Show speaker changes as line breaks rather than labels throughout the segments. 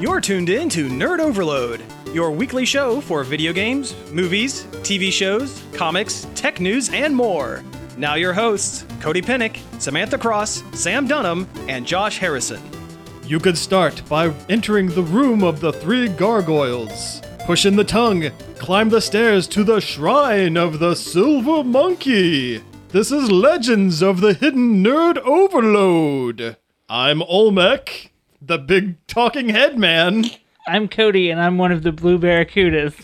You're tuned in to Nerd Overload, your weekly show for video games, movies, TV shows, comics, tech news, and more. Now, your hosts, Cody Pennick, Samantha Cross, Sam Dunham, and Josh Harrison.
You could start by entering the room of the three gargoyles, push in the tongue, climb the stairs to the shrine of the silver monkey. This is Legends of the Hidden Nerd Overload. I'm Olmec, the big talking head man.
I'm Cody, and I'm one of the blue barracudas.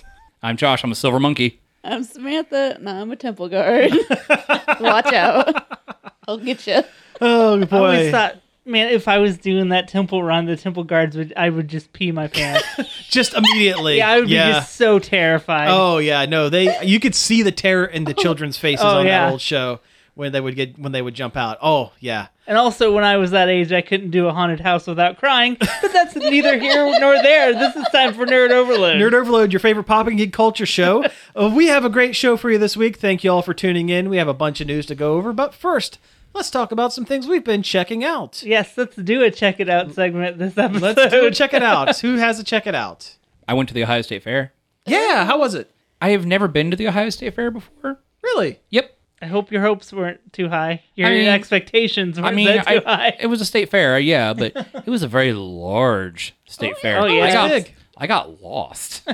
I'm Josh. I'm a silver monkey.
I'm Samantha. No, I'm a temple guard. Watch out. I'll get you.
Oh
I always
boy.
thought, man, if I was doing that temple run, the temple guards would, I would just pee my pants.
Just immediately.
yeah, I would be just so terrified.
Oh yeah, no, they you could see the terror in the children's faces
Oh,
on
yeah.
that old show when they would get when they would jump out. Oh yeah.
And also, when I was that age, I couldn't do a haunted house without crying. But that's neither here nor there. This is time for nerd overload.
Nerd Overload, your favorite popping geek culture show. Uh, we have a great show for you this week. Thank you all for tuning in. We have a bunch of news to go over, but first, let's talk about some things we've been checking out.
yes, let's do a check it out segment this episode.
Let's do a check it out. Who has a check it out?
I went to the Ohio State Fair.
Yeah, how was it?
I have never been to the Ohio State Fair before.
Really?
Yep.
I hope your hopes weren't too high. Your
I mean-
expectations weren't
I mean,
that too
I,
high.
it was a state fair, yeah, but it was a very large state fair.
Oh, yeah.
I
It's
got,
big.
I got lost,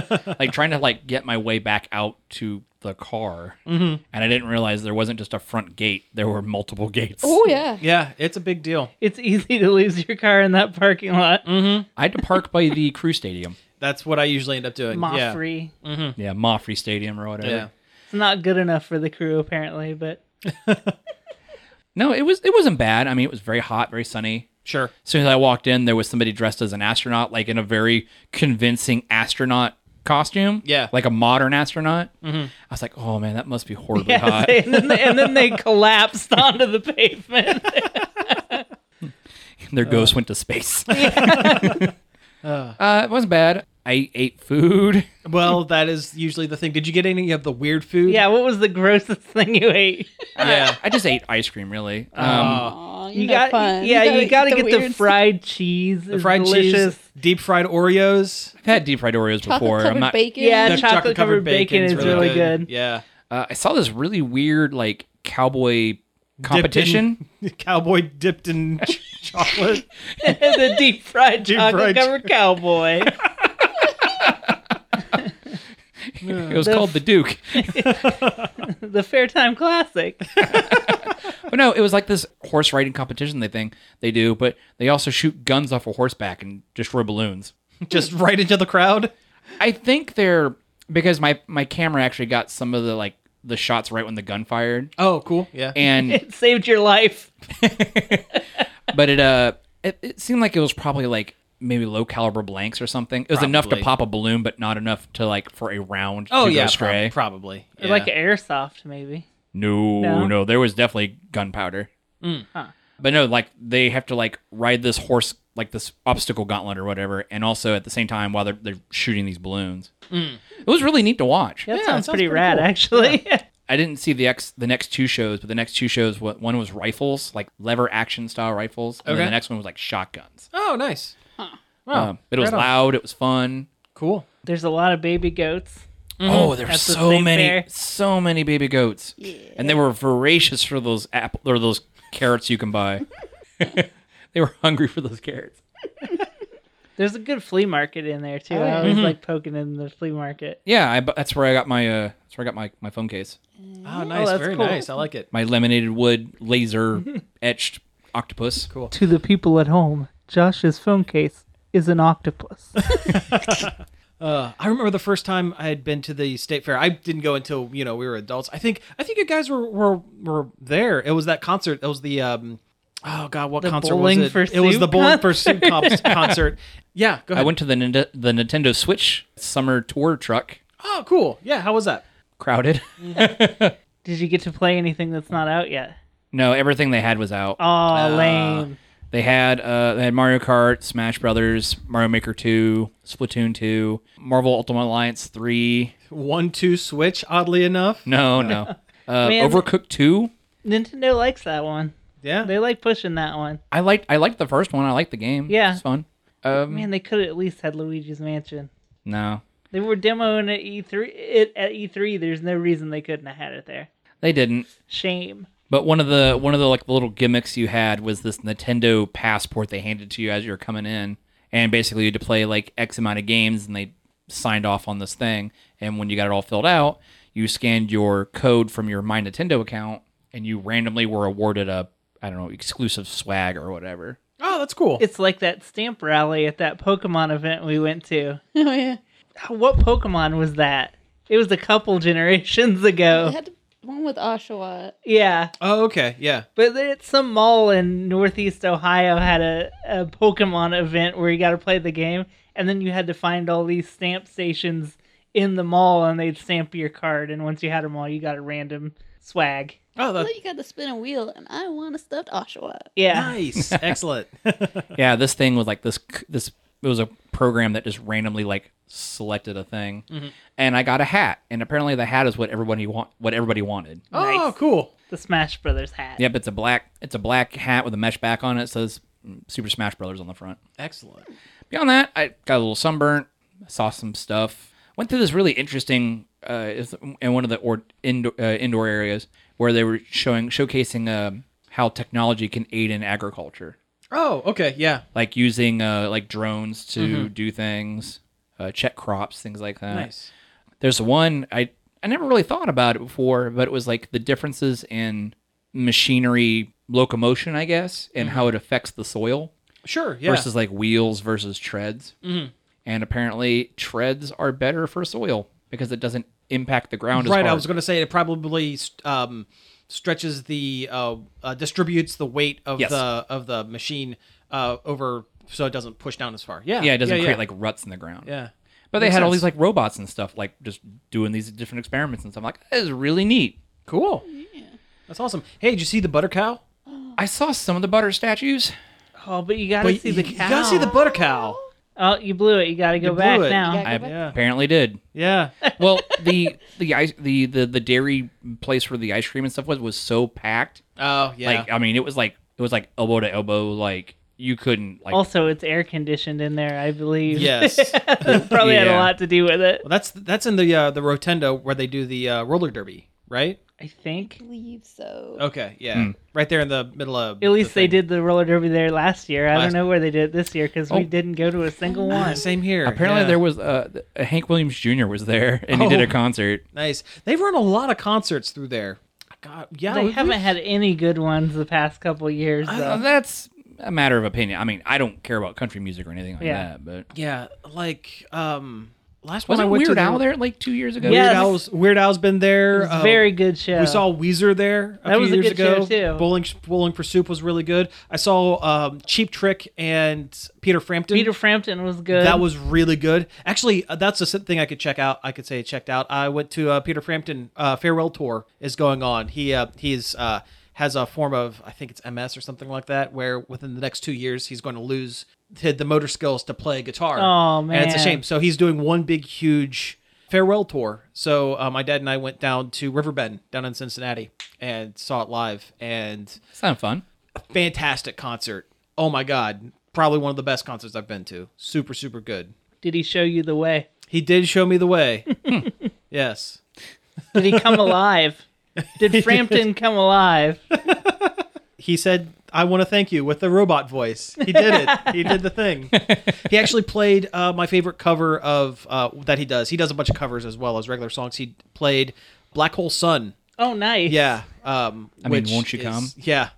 like trying to like get my way back out to the car, mm-hmm. and I didn't realize there wasn't just a front gate. There were multiple gates.
Oh yeah.
Yeah, it's a big deal.
It's easy to lose your car in that parking lot.
Mm,
I had to park by the crew stadium,
That's what I usually end up doing. yeah.
Moffrey.
yeah, Moffrey Stadium or whatever.
Yeah.
It's not good enough for the crew apparently, but
No, it was it wasn't bad. I mean, it was very hot, very sunny.
Sure.
As soon as I walked in, there was somebody dressed as an astronaut, like in a very convincing astronaut costume.
Yeah.
Like a modern astronaut. I was like, oh man, that must be horribly hot.
and, then they, and then they collapsed onto the pavement.
Their ghost went to space. uh, it wasn't bad. I ate food.
Well, that is usually the thing. Did you get any of the weird food?
yeah, what was the grossest thing you ate?
Yeah. Uh,
I just ate ice cream, really. Um,
Aw,
You
know,
got
fun.
yeah, you gotta, get the,
weird stuff.
fried cheese.
The fried
delicious.
cheese, deep fried Oreos.
I've had deep fried Oreos before.
Chocolate-covered
I'm not.
bacon.
Yeah,
The
chocolate covered bacon
bacon's
is really good.
Yeah.
Uh, I saw this really weird, like cowboy competition.
Dipped in- cowboy dipped in ch- chocolate.
the deep fried
Deep
chocolate
fried
covered cowboy.
It was
The-
called the Duke.
the Fairtime Classic.
But no, it was like this horse riding competition they thing they do, but they also shoot guns off a horseback and destroy balloons.
Just right into the crowd.
I think they're because my my camera actually got some of the like the shots right when the gun fired,
Oh, cool. Yeah.
and
It saved your life.
but it uh it, it seemed like it was probably like maybe low caliber blanks or something. It was enough to
Probably.
pop a balloon, but not enough to like for a round.
oh,
to
yeah.
go
prob-
astray.
probably.
Or
Yeah.
Like airsoft, maybe.
No,
No?
no, there was definitely gunpowder.
Mm,
But no, like they have to like ride this horse, like this obstacle gauntlet or whatever, and also at the same time while they're they're shooting these balloons.
Mm.
It was really neat to watch.
Yeah,
That sounds,
it sounds
pretty,
pretty
rad,
cool.
actually.
I didn't see the ex the next two shows, but the next two shows, what one was rifles, like lever action style rifles, and
Okay.
then the next one was like shotguns.
oh, nice. Wow.
Um, but it was
right on.
loud, it was fun.
Cool. Mm-hmm.
There's a lot of baby goats.
Oh, there were
That's the
so
thing
many,
there.
so many baby goats, and they were voracious for those apple or those carrots you can buy. they were hungry for those carrots.
There's a good flea market in there too. I
Mm-hmm.
always like poking in the flea market.
Yeah, I, bu- that's where I got my uh, that's where I got my my phone case,
Oh, nice.
that's
Very
cool.
nice. I like it.
my laminated wood laser etched octopus. Cool.
To the people at home, Josh's phone case is an octopus.
Uh, I remember the first time I had been to the state fair. I didn't go until you know we were adults. I think I think you guys were were, were there. It was that concert. It was the um, oh god, what
The
concert was
Bowling
it?
for
it was
Soup
the bowling for soup
concert?
comp- concert. Yeah, go
I
ahead.
went to the Ninde- the Nintendo Switch summer tour truck.
oh, cool. Yeah, how was that?
Crowded.
Did you get to play anything that's not out yet?
No, everything they had was out.
Oh, lame.
They had uh, they had Mario Kart, Smash Brothers, Mario Maker Two, Splatoon Two, Marvel Ultimate Alliance Three.
One two switch. Oddly enough,
No, no. Uh,
Man.
Overcooked Two.
Nintendo likes that one.
yeah.
They like pushing that one.
I liked I liked the first one. I liked the game.
Yeah.
it's fun. Um,
Man, they could have at least had Luigi's Mansion.
no,
They were demoing at E3. It at E3. There's no reason they couldn't have had it there.
they didn't.
Shame.
But one of the one of the like the little gimmicks you had was this Nintendo passport they handed to you as you were coming in, and basically you had to play like X amount of games, and they signed off on this thing. And when you got it all filled out, you scanned your code from your My Nintendo account, and you randomly were awarded a I don't know exclusive swag or whatever.
Oh, that's cool.
It's like that stamp rally at that Pokemon event we went to.
Oh yeah,
What Pokemon was that? It was a couple generations
Oh.
they
ago.
had one with Oshawa.
Yeah,
oh, okay. Yeah.
but at some mall in Northeast Ohio had a, a Pokemon event where you got to play the game, and then you had to find all these stamp stations in the mall, and they'd stamp your card, and once you had them all, you got a random swag.
Oh,
Well,
that's
you got to spin a wheel, and I want a stuffed Oshawa.
Yeah,
nice. Excellent.
Yeah, this thing was like this this it was a program that just randomly like selected a thing, and I got a hat, and apparently the hat is what everybody want what everybody wanted.
Oh, cool.
the Smash Brothers hat.
Yep, it's a black it's a black hat with a mesh back on it. it says Super Smash Brothers on the front.
Excellent.
Beyond that, I got a little sunburnt. Saw some stuff. Went through this really interesting uh, is- in one of the or, indoor uh, indoor areas where they were showing showcasing um how technology can aid in agriculture,
Oh, okay. Yeah.
like using uh, like drones to do things, uh, check crops, things like that.
Nice.
There's one I I never really thought about it before, but it was like the differences in machinery locomotion, I guess, and how it affects the soil
Sure. Mm-hmm. Yeah. Mm-hmm.
versus like wheels versus treads. And apparently, treads are better for soil because it doesn't impact the ground.
right.
as hard.
I was going to say it probably um, stretches the uh, uh, distributes the weight of
Yes.
the of the machine uh, over so it doesn't push down as far. Yeah.
yeah, it doesn't create
yeah.
like ruts in the ground.
yeah.
but they
Makes
had all
sense.
these like robots and stuff, like just doing these different experiments and stuff. Like that is really neat.
Cool. That's awesome. Hey, did you see the butter cow?
I saw some of the butter statues.
Oh, but you gotta
But
see
you,
the
you
cow.
gotta see the butter cow.
oh, you blew it. You gotta go
blew
back
it.
now.
Yeah.
Uh-huh. I
Yeah.
apparently did.
Yeah.
Well, the the ice the, the the dairy place where the ice cream and stuff was was so packed.
Oh, yeah.
Like I mean, it was like it was like elbow to elbow. Like you couldn't like
Also, it's air conditioned in there, I believe.
yes. well,
Probably had a
Yeah.
lot to do with it.
that's that's in the uh, the rotunda where they do the uh, roller derby, right?
I think.
believe so.
Okay. Yeah.
Hmm.
Right there in the middle of.
At least they did the roller derby there last year. I
Last-
don't know where they did it this year because
Oh.
we didn't go to a single one.
Ah, Same here.
Apparently,
yeah.
there was uh, th- uh, Hank Williams Jr. was there, and he did
Oh.
a concert.
Nice. They've run a lot of concerts through there. God, yeah.
They
we-
haven't had any good ones the past couple years,
Uh,
though.
that's a matter of opinion. I mean, I don't care about country music or anything like
Yeah.
that, but
Yeah, like um, last
was
one I
it
went
Weird
to
Al there like two years ago?
Weird
Yes.
Al's Weird Al's been there. uh,
Very good show.
We saw Weezer there a
That
few
was a
years
good show,
ago.
too.
Bowling Bowling for Soup was really good. I saw um, Cheap Trick and Peter Frampton.
Peter Frampton was good.
that was really good. Actually, uh, that's the thing I could check out. I could say checked out. I went to uh, Peter Frampton uh, farewell tour is going on. He uh, he's uh, has a form of I think it's MS or something like that, where within the next two years he's going to lose the, the motor skills to play guitar.
Aw,
and it's a
man.
shame. So he's doing one big huge farewell tour. So uh, my dad and I went down to Riverbend down in Cincinnati and saw it live and
sound fun.
fantastic concert. Oh my god. Probably one of the best concerts I've been to. Super, super good.
Did he show you the way?
He did show me the way. yes.
Did he come alive? Did Frampton come alive?
He said, I want to thank you with the robot voice. He did it. he did the thing. He actually played uh, my favorite cover of uh, that he does. He does a bunch of covers as well as regular songs. He played Black Hole Sun.
Oh, nice.
Yeah. Um,
I mean, Won't You Come?
Yeah.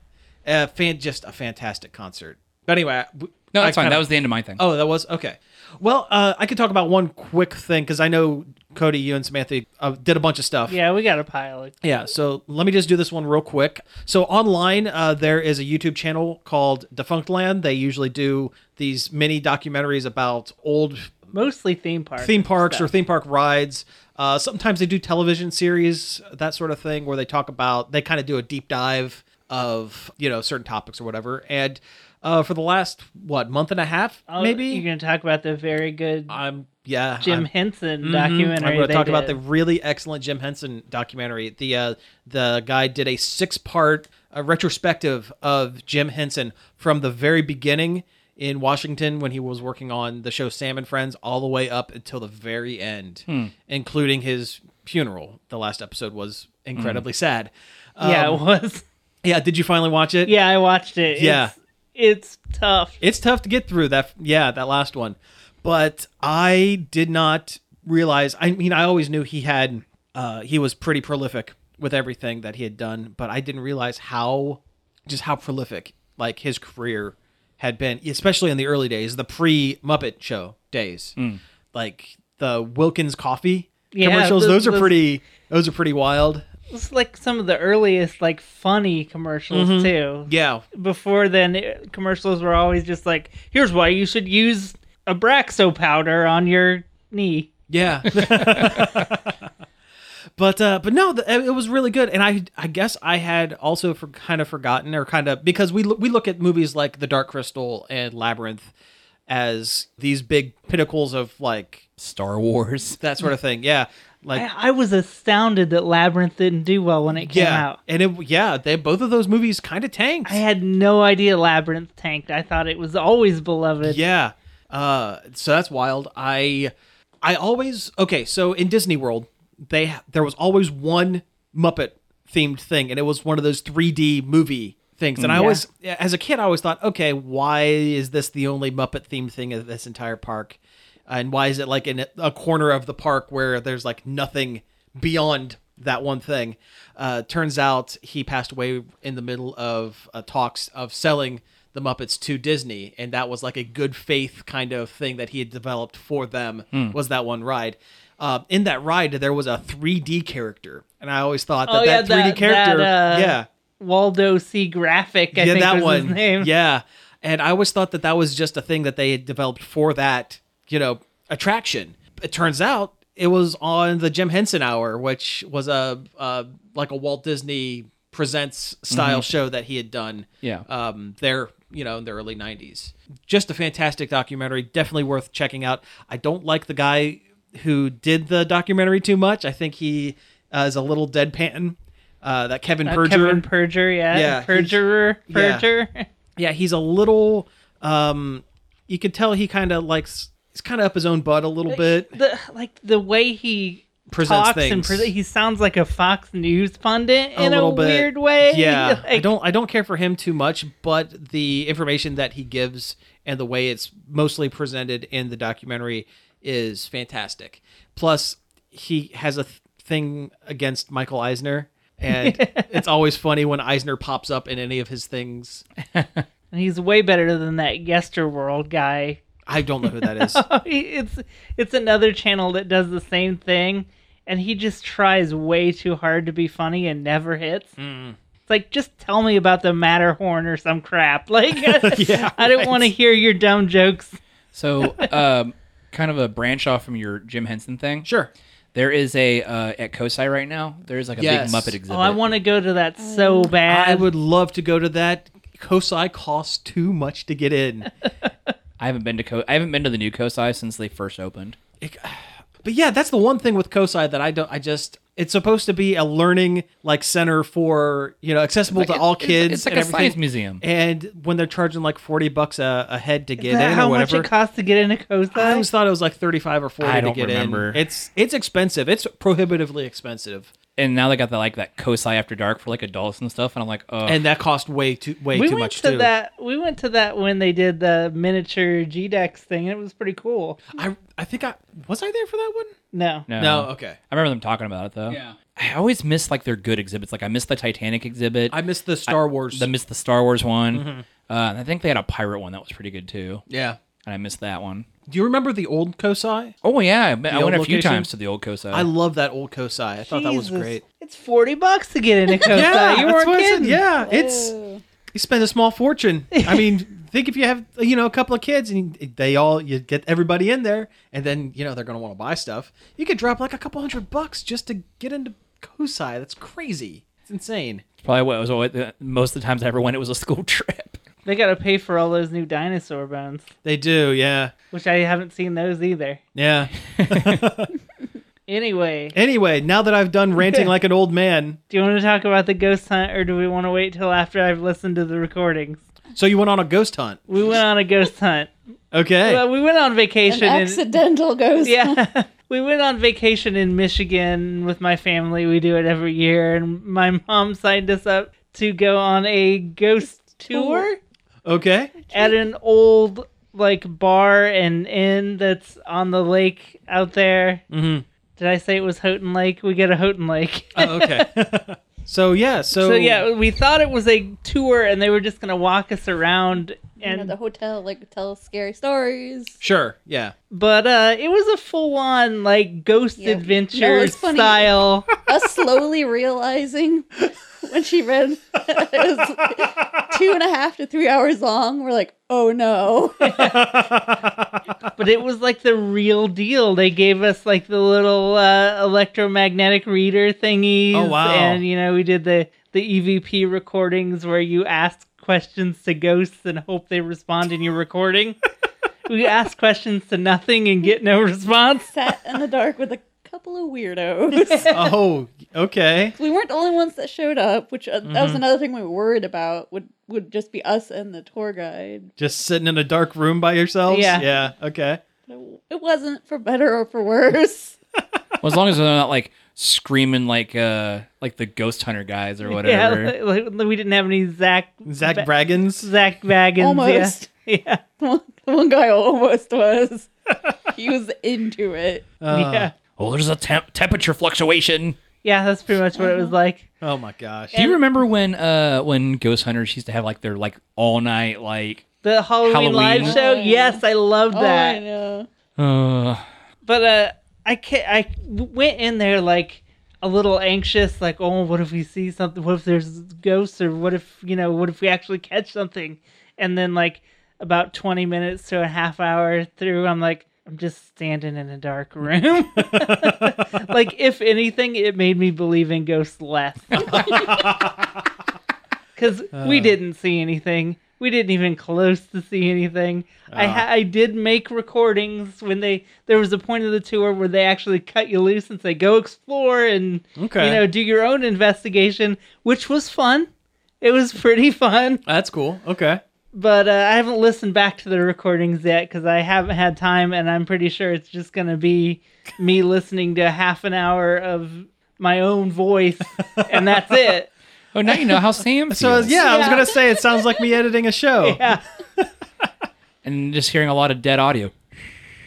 Uh, fan, just a fantastic concert. But anyway, w-
No,
I
that's fine.
kinda-
that was the end of my thing.
Oh, that was okay. Well, uh, I could talk about one quick thing because I know Cody, you and Samantha uh, did a bunch of stuff.
Yeah, we got a pile. of-
Yeah, so let me just do this one real quick. So online, uh, there is a YouTube channel called Defunct Land. They usually do these mini documentaries about old
Mostly theme parks.
theme parks or
stuff.
theme park rides. Uh, sometimes they do television series, that sort of thing, where they talk about they kind of do a deep dive of you know certain topics or whatever. And uh, for the last what month and a half,
Oh,
maybe
You're going to talk about the very good
I'm yeah
Jim
I'm- Mm-hmm.
Henson
I'm
documentary.
going to
they
talk about the
did.
really excellent Jim Henson documentary. The uh, the guy did a six part uh, retrospective of Jim Henson from the very beginning in Washington when he was working on the show Sam and Friends all the way up until the very end,
Hmm.
including his funeral. The last episode was incredibly sad.
Hmm. yeah, it
Um,
was.
yeah. Did you finally watch it?
Yeah, I watched it.
Yeah.
It's, it's tough.
it's tough to get through that yeah that last one but i did not realize i mean i always knew he had uh he was pretty prolific with everything that he had done but i didn't realize how just how prolific like his career had been especially in the early days the pre muppet show days like the wilkins coffee
Yeah,
commercials
those-
those, are
those-
pretty those are pretty wild
It's like some of the earliest like funny commercials
Mm-hmm.
too.
yeah
Before then, it- commercials were always just like, "Here's why you should use Abraxo powder on your knee."
Yeah. but uh but no, the, it was really good and I I guess I had also for kind of forgotten or kind of because we lo- we look at movies like The Dark Crystal and Labyrinth as these big pinnacles of like
Star Wars.
that sort of thing. Yeah. Like
I, I was astounded that Labyrinth didn't do well when it came
yeah.
out.
And it yeah, they both of those movies kind of tanked.
I had no idea Labyrinth tanked. I thought it was always beloved.
Yeah. Uh, so that's wild. I I always okay. So in Disney World, they there was always one Muppet themed thing, and it was one of those 3D movie things. And I always, as a kid, I always thought, okay, why is this the only Muppet themed thing of this entire park? And why is it like in a corner of the park where there's like nothing beyond that one thing? Uh, turns out he passed away in the middle of uh, talks of selling the Muppets to Disney, and that was like a good faith kind of thing that he had developed for them. Was that one ride? Uh, in that ride, there was a 3D character, and I always thought that
Oh, yeah,
that 3D
that-
character,
that, uh,
yeah,
Waldo C. Graphic, I
yeah,
think
that
was
one,
his name.
yeah. And I always thought that that was just a thing that they had developed for that, you know, attraction. It turns out it was on the Jim Henson Hour, which was a uh, like a Walt Disney Presents
Mm-hmm.
style show that he had done
Yeah.
um, there, you know, in the early 90s. Just a fantastic documentary, definitely worth checking out. I don't like the guy who did the documentary too much. I think he uh, is a little deadpan. Uh, that Kevin
Uh,
Perger.
Kevin Perger, yeah.
Yeah, he's-
Perjurer.
yeah.
Perger.
yeah, he's a little. Um, you could tell he kind of likes. He's kind of up his own butt a
Uh,
little bit.
the like the way he
Presents
talks and
things.
pre- he sounds like a Fox News pundit
a
in a
little bit
weird way.
Yeah, I
Like,
don't I don't care for him too much, but the information that he gives and the way it's mostly presented in the documentary is fantastic. Plus, he has a th- thing against Michael Eisner, and it's always funny when Eisner pops up in any of his things.
And he's way better than that Yesterworld guy.
I don't know who that is.
it's it's another channel that does the same thing, and he just tries way too hard to be funny and never hits.
Mm-hmm.
It's like just tell me about the Matterhorn or some crap. Like I don't want to hear your dumb jokes.
So, um, kind of a branch off from your Jim Henson thing.
sure.
There is a uh, at Kosai right now. There is like a
Yes.
big Muppet
Oh,
exhibit.
Oh, I want to go to that so bad.
I would love to go to that. Kosai costs too much to get in.
I haven't been to Ko- I haven't been to the new Kosai since they first opened.
But yeah, that's the one thing with Kosai that I don't. I just it's supposed to be a learning like center for you know accessible to all
It's-
kids.
It's, like
and
a
everything.
science museum.
And when they're charging like forty bucks a, a head to get
Is that
in
how
or whatever,
much it costs to get into Costa?
I always thought it was like thirty five or forty
I
to
don't
get
remember.
in. It's it's expensive. It's prohibitively expensive,
And now they got the like that Kosai after dark for like adults and stuff. And I'm like, oh,
and that cost way too way
we
too
went
much
to
too.
that. We went to that when they did the miniature GDEX thing. and It was pretty cool.
I I think I was I there for that one.
No,
no.
No, okay.
I remember them talking about it though. Yeah. I always miss like their good exhibits. Like I miss the Titanic exhibit.
I Mm-hmm. missed the Star Wars.
I missed the Star Wars one. Uh, and I think they had a pirate one that was pretty good too.
yeah.
And I missed that one.
Do you remember the old Kosai?
Oh yeah, I, I
old
went a few
location?
times to the old Kosai.
I love that old Kosai. I thought that was
Jesus.
great.
It's forty bucks to get into Costa. you
that's
weren't
what I said.
kidding.
Yeah, it's you spend a small fortune. I mean, think if you have you know a couple of kids and they all you get everybody in there, and then you know they're gonna want to buy stuff. You could drop like a couple hundred bucks just to get into Kosai. That's crazy. It's insane.
Probably what was always, uh, most of the times I ever went. It was a school trip.
They got to pay for all those new dinosaur bones,
They do, yeah,
which I haven't seen those either.
yeah.
Anyway,
Anyway, now that I've done ranting like an old man,
do you want to talk about the ghost hunt, or do we want to wait till after I've listened to the recordings?
so you went on a ghost hunt.
We went on a ghost hunt.
Okay.
Well, we went on
An
vacation. in,
accidental ghost.
yeah, we went on vacation in Michigan with my family. We do it every year, and my mom signed us up to go on a ghost tour
Okay.
at an old like bar and inn that's on the lake out there. Mm-hmm. Did I say it was Houghton Lake? We go to Houghton Lake.
Oh, okay. so yeah, so,
so yeah, we thought it was a tour, and they were just gonna walk us around.
You
And
know, the hotel, like, tells scary stories.
Sure. Yeah.
but uh, it was a full on like ghost
Yeah. No,
adventure
it's funny.
style.
Us slowly realizing when she read it was two and a half to three hours long, we're like, oh no.
but it was like the real deal. They gave us like the little uh, electromagnetic reader thingies.
Oh, wow.
And you know, we did the the EVP recordings where you ask questions to ghosts and hope they respond in your recording. we asked questions to nothing and get no response.
Sat in the dark with a couple of weirdos.
Oh, okay.
we weren't the only ones that showed up, which uh, that was another thing we were worried about would would just be us and the tour guide.
Just sitting in a dark room by yourselves?
Yeah.
Yeah. Okay.
It wasn't for better or for worse.
Well, as long as they're not like screaming like uh like the ghost hunter guys or
Yeah,
whatever.
like, like, we didn't have any Zach
Zach
Ba-
Braggins.
Zach Baggins.
Almost.
Yeah. yeah.
the one guy almost was. he was into it.
Uh.
yeah.
Oh, there's a temp- temperature fluctuation.
Yeah, that's pretty much what it was like.
Oh my gosh.
Do you remember when uh when ghost hunters used to have like their like all night like
The Halloween, live
Halloween.
show.
Oh.
Yes, I loved
Oh,
that.
I know.
uh
but uh, I can I w- went in there like a little anxious, like, oh, what if we see something? What if there's ghosts, or what if you know, what if we actually catch something? And then like about twenty minutes to a half hour through, I'm like, I'm just standing in a dark room. like, if anything, it made me believe in ghosts less. Because we didn't see anything. We didn't even close to see anything. I ha- I did make recordings when they there was a point of the tour where they actually cut you loose and say go explore and
Okay.
you know do your own investigation, which was fun. It was pretty fun,
That's cool. Okay.
but uh, I haven't listened back to the recordings yet because I haven't had time, and I'm pretty sure it's just gonna be me listening to half an hour of my own voice, and that's it.
oh now you know how Sam feels.
So yeah, I was
Yeah.
gonna say it sounds like me editing a show.
Yeah.
and just hearing a lot of dead audio.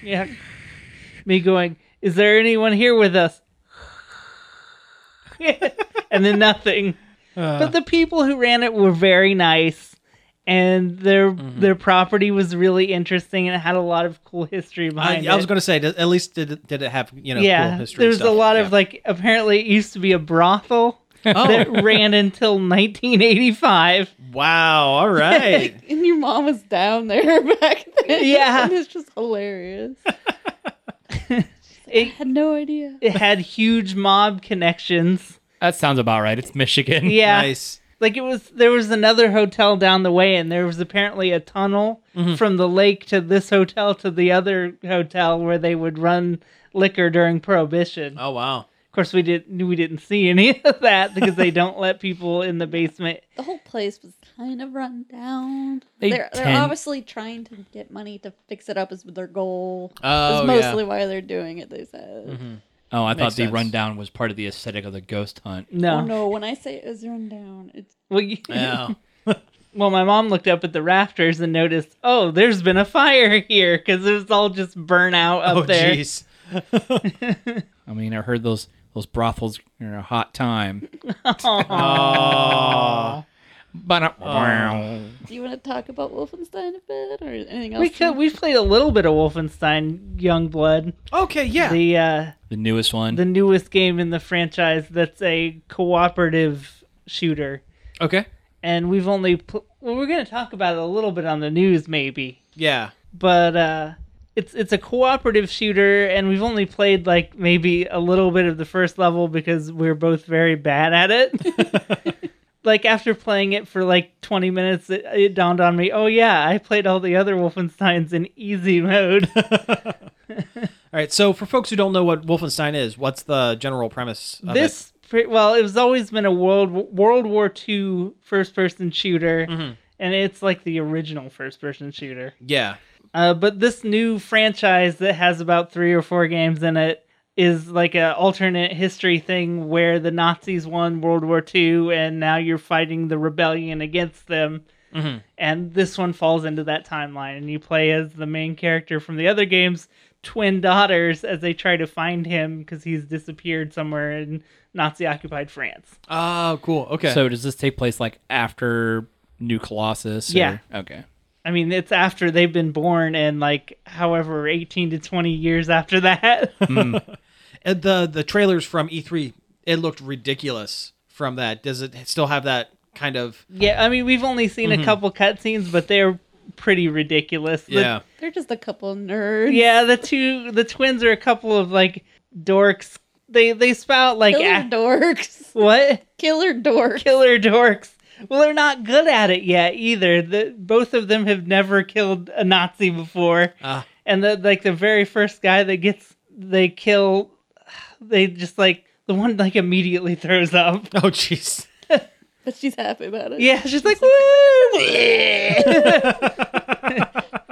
Yeah. Me going, is there anyone here with us? and then nothing.
Uh.
but the people who ran it were very nice and their
Mm-hmm.
their property was really interesting and it had a lot of cool history
I,
behind
I was
it.
gonna say did- at least did it, did it have you know
yeah,
cool history?
there's
stuff.
a lot
Yeah.
of like apparently it used to be a brothel that
Oh
ran until 1985.
wow! All right.
And your mom was down there back then.
Yeah.
And it's just hilarious. I
It
had no idea.
it had huge mob connections.
That sounds about right. It's Michigan.
Yeah.
Nice.
like it was there was another hotel down the way and there was apparently a tunnel
Mm-hmm.
from the lake to this hotel to the other hotel where they would run liquor during prohibition
Oh wow.
of course we didn't we didn't see any of that because they don't let people in the basement
The whole place was kind of run down.
They
They are they're
tend-
obviously trying to get money to fix it up is their goal.
Oh
That's
yeah. Mm-hmm.
mostly why they're doing it, they said.
Oh, I thought
Makes
the
sense.
rundown was part of the aesthetic of the ghost hunt.
no,
Oh no, when I say it was run down, it's
Well, you-
Yeah.
well my mom looked up at the rafters and noticed oh there's been a fire here because it was all just burnt out up
Oh
there
jeez.
I mean, I heard those those brothels are a hot time.
Oh.
But
uh,
I-
do you want to talk about Wolfenstein a bit or anything else?
we could, we played a little bit of wolfenstein young blood
Okay. Yeah.
the uh
the newest one.
the newest game in the franchise that's a cooperative shooter.
okay.
And we've only pl- well, we're going to talk about it a little bit on the news maybe,
yeah.
but uh it's it's a cooperative shooter and we've only played like maybe a little bit of the first level because we're both very bad at it. like after playing it for like 20 minutes it, it dawned on me, "Oh yeah, I played all the other Wolfensteins in easy mode."
All All right. So for folks who don't know what Wolfenstein is, what's the general premise? Of it?
this pre- well it was always been a world world war ii first person shooter and it's like the original first person shooter
Yeah.
uh, but this new franchise that has about three or four games in it is like a alternate history thing where the nazis won world war ii and now you're fighting the rebellion against them and this one falls into that timeline and you play as the main character from the other games twin daughters as they try to find him because he's disappeared somewhere in nazi occupied france
Oh, cool. Okay.
So does this take place like after New Colossus? or-
Yeah.
Okay.
i mean it's after they've been born and like however 18 to 20 years after that
Uh, the the trailers from E3, it looked ridiculous from that. Does it still have that kind of?
yeah i mean we've only seen a couple cutscenes but they're pretty ridiculous The-
They're just a couple nerds.
yeah the two the twins are a couple of like dorks they they spout like
Killer
a-
dorks.
what
Killer dork.
killer dorks. Well, they're not good at it yet either. The, both of them have never killed a Nazi before,
Ah.
and the like the very first guy that gets they kill, they just like the one like immediately throws up.
Oh, jeez.
But she's happy about it.
Yeah, she's like woo.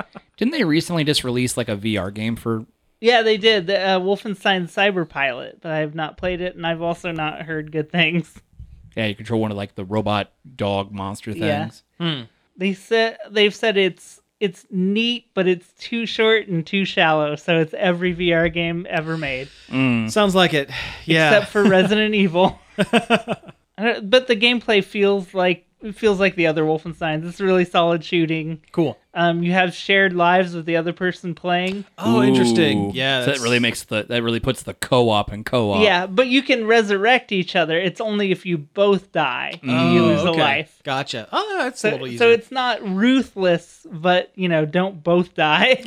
Didn't they recently just release like a VR game for?
yeah, they did the uh, Wolfenstein Cyber Pilot, but I have not played it, and I've also not heard good things.
Yeah, you control one of like the robot dog monster things.
Yeah. They said they've said it's it's neat, but it's too short and too shallow, so it's every VR game ever made.
Sounds like it. Yeah.
except for Resident Evil. I don't- but the gameplay feels like it feels like the other Wolfensteins. It's really solid shooting.
cool.
Um, you have shared lives with the other person playing.
Oh, interesting.
Ooh.
Yeah.
so that
that's-
really makes the that really puts the co-op and co-op.
Yeah, but you can resurrect each other. It's only if you both die you
Oh,
lose
okay.
a life.
Gotcha. Oh, that's a
So,
little easier.
so it's not ruthless, but you know, don't both die.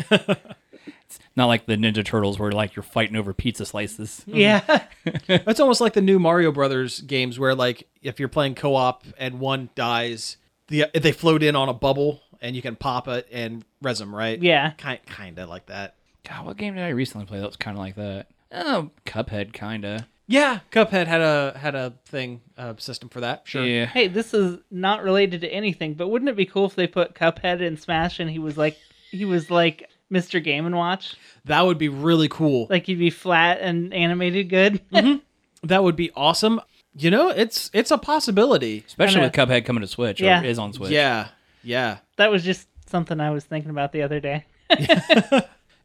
Not like the Ninja Turtles where like you're fighting over pizza slices.
yeah,
That's almost like the new Mario Brothers games, where like if you're playing co-op and one dies, the they float in on a bubble and you can pop it and res them, right?
yeah.
kind kind of like that.
God, what game did I recently play that was kind of like that? Oh, Cuphead, kinda.
Yeah, Cuphead had a had a thing uh, system for that. Sure.
Yeah.
Hey, this is not related to anything, but wouldn't it be cool if they put Cuphead in Smash and he was like, he was like Mr. Game and Watch?
That would be really cool.
like you'd be flat and animated good.
that would be awesome. You know, it's it's a possibility.
Especially
kinda-
with Cuphead coming to Switch.
Yeah.
Or is on Switch.
Yeah. Yeah.
that was just something I was thinking about the other day.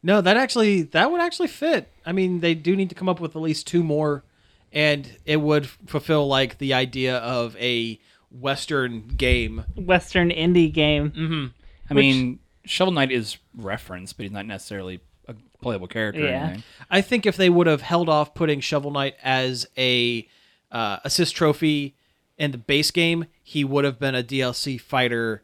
No, that actually that would actually fit. I mean, they do need to come up with at least two more, and it would f- fulfill like the idea of a Western game.
Western indie game.
I mean, Shovel Knight is referenced, but he's not necessarily a playable character or
Yeah.
anything.
I think if they would have held off putting Shovel Knight as a uh, assist trophy in the base game, he would have been a DLC fighter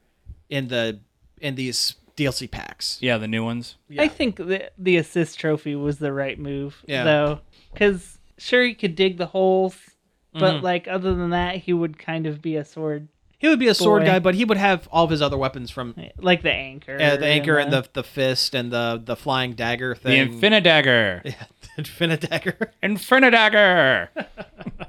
in the in these DLC packs.
Yeah, the new ones.
I think the the assist trophy was the right move,
Yeah.
though, because sure he could dig the holes, but like other than that, he would kind of be a sword,
He would be a sword
Boy.
guy, but he would have all of his other weapons from
like the anchor,
uh, the anchor and the the fist and the the flying dagger
The
thing.
Infinidagger.
Infinidagger.
Infinidagger. Mm.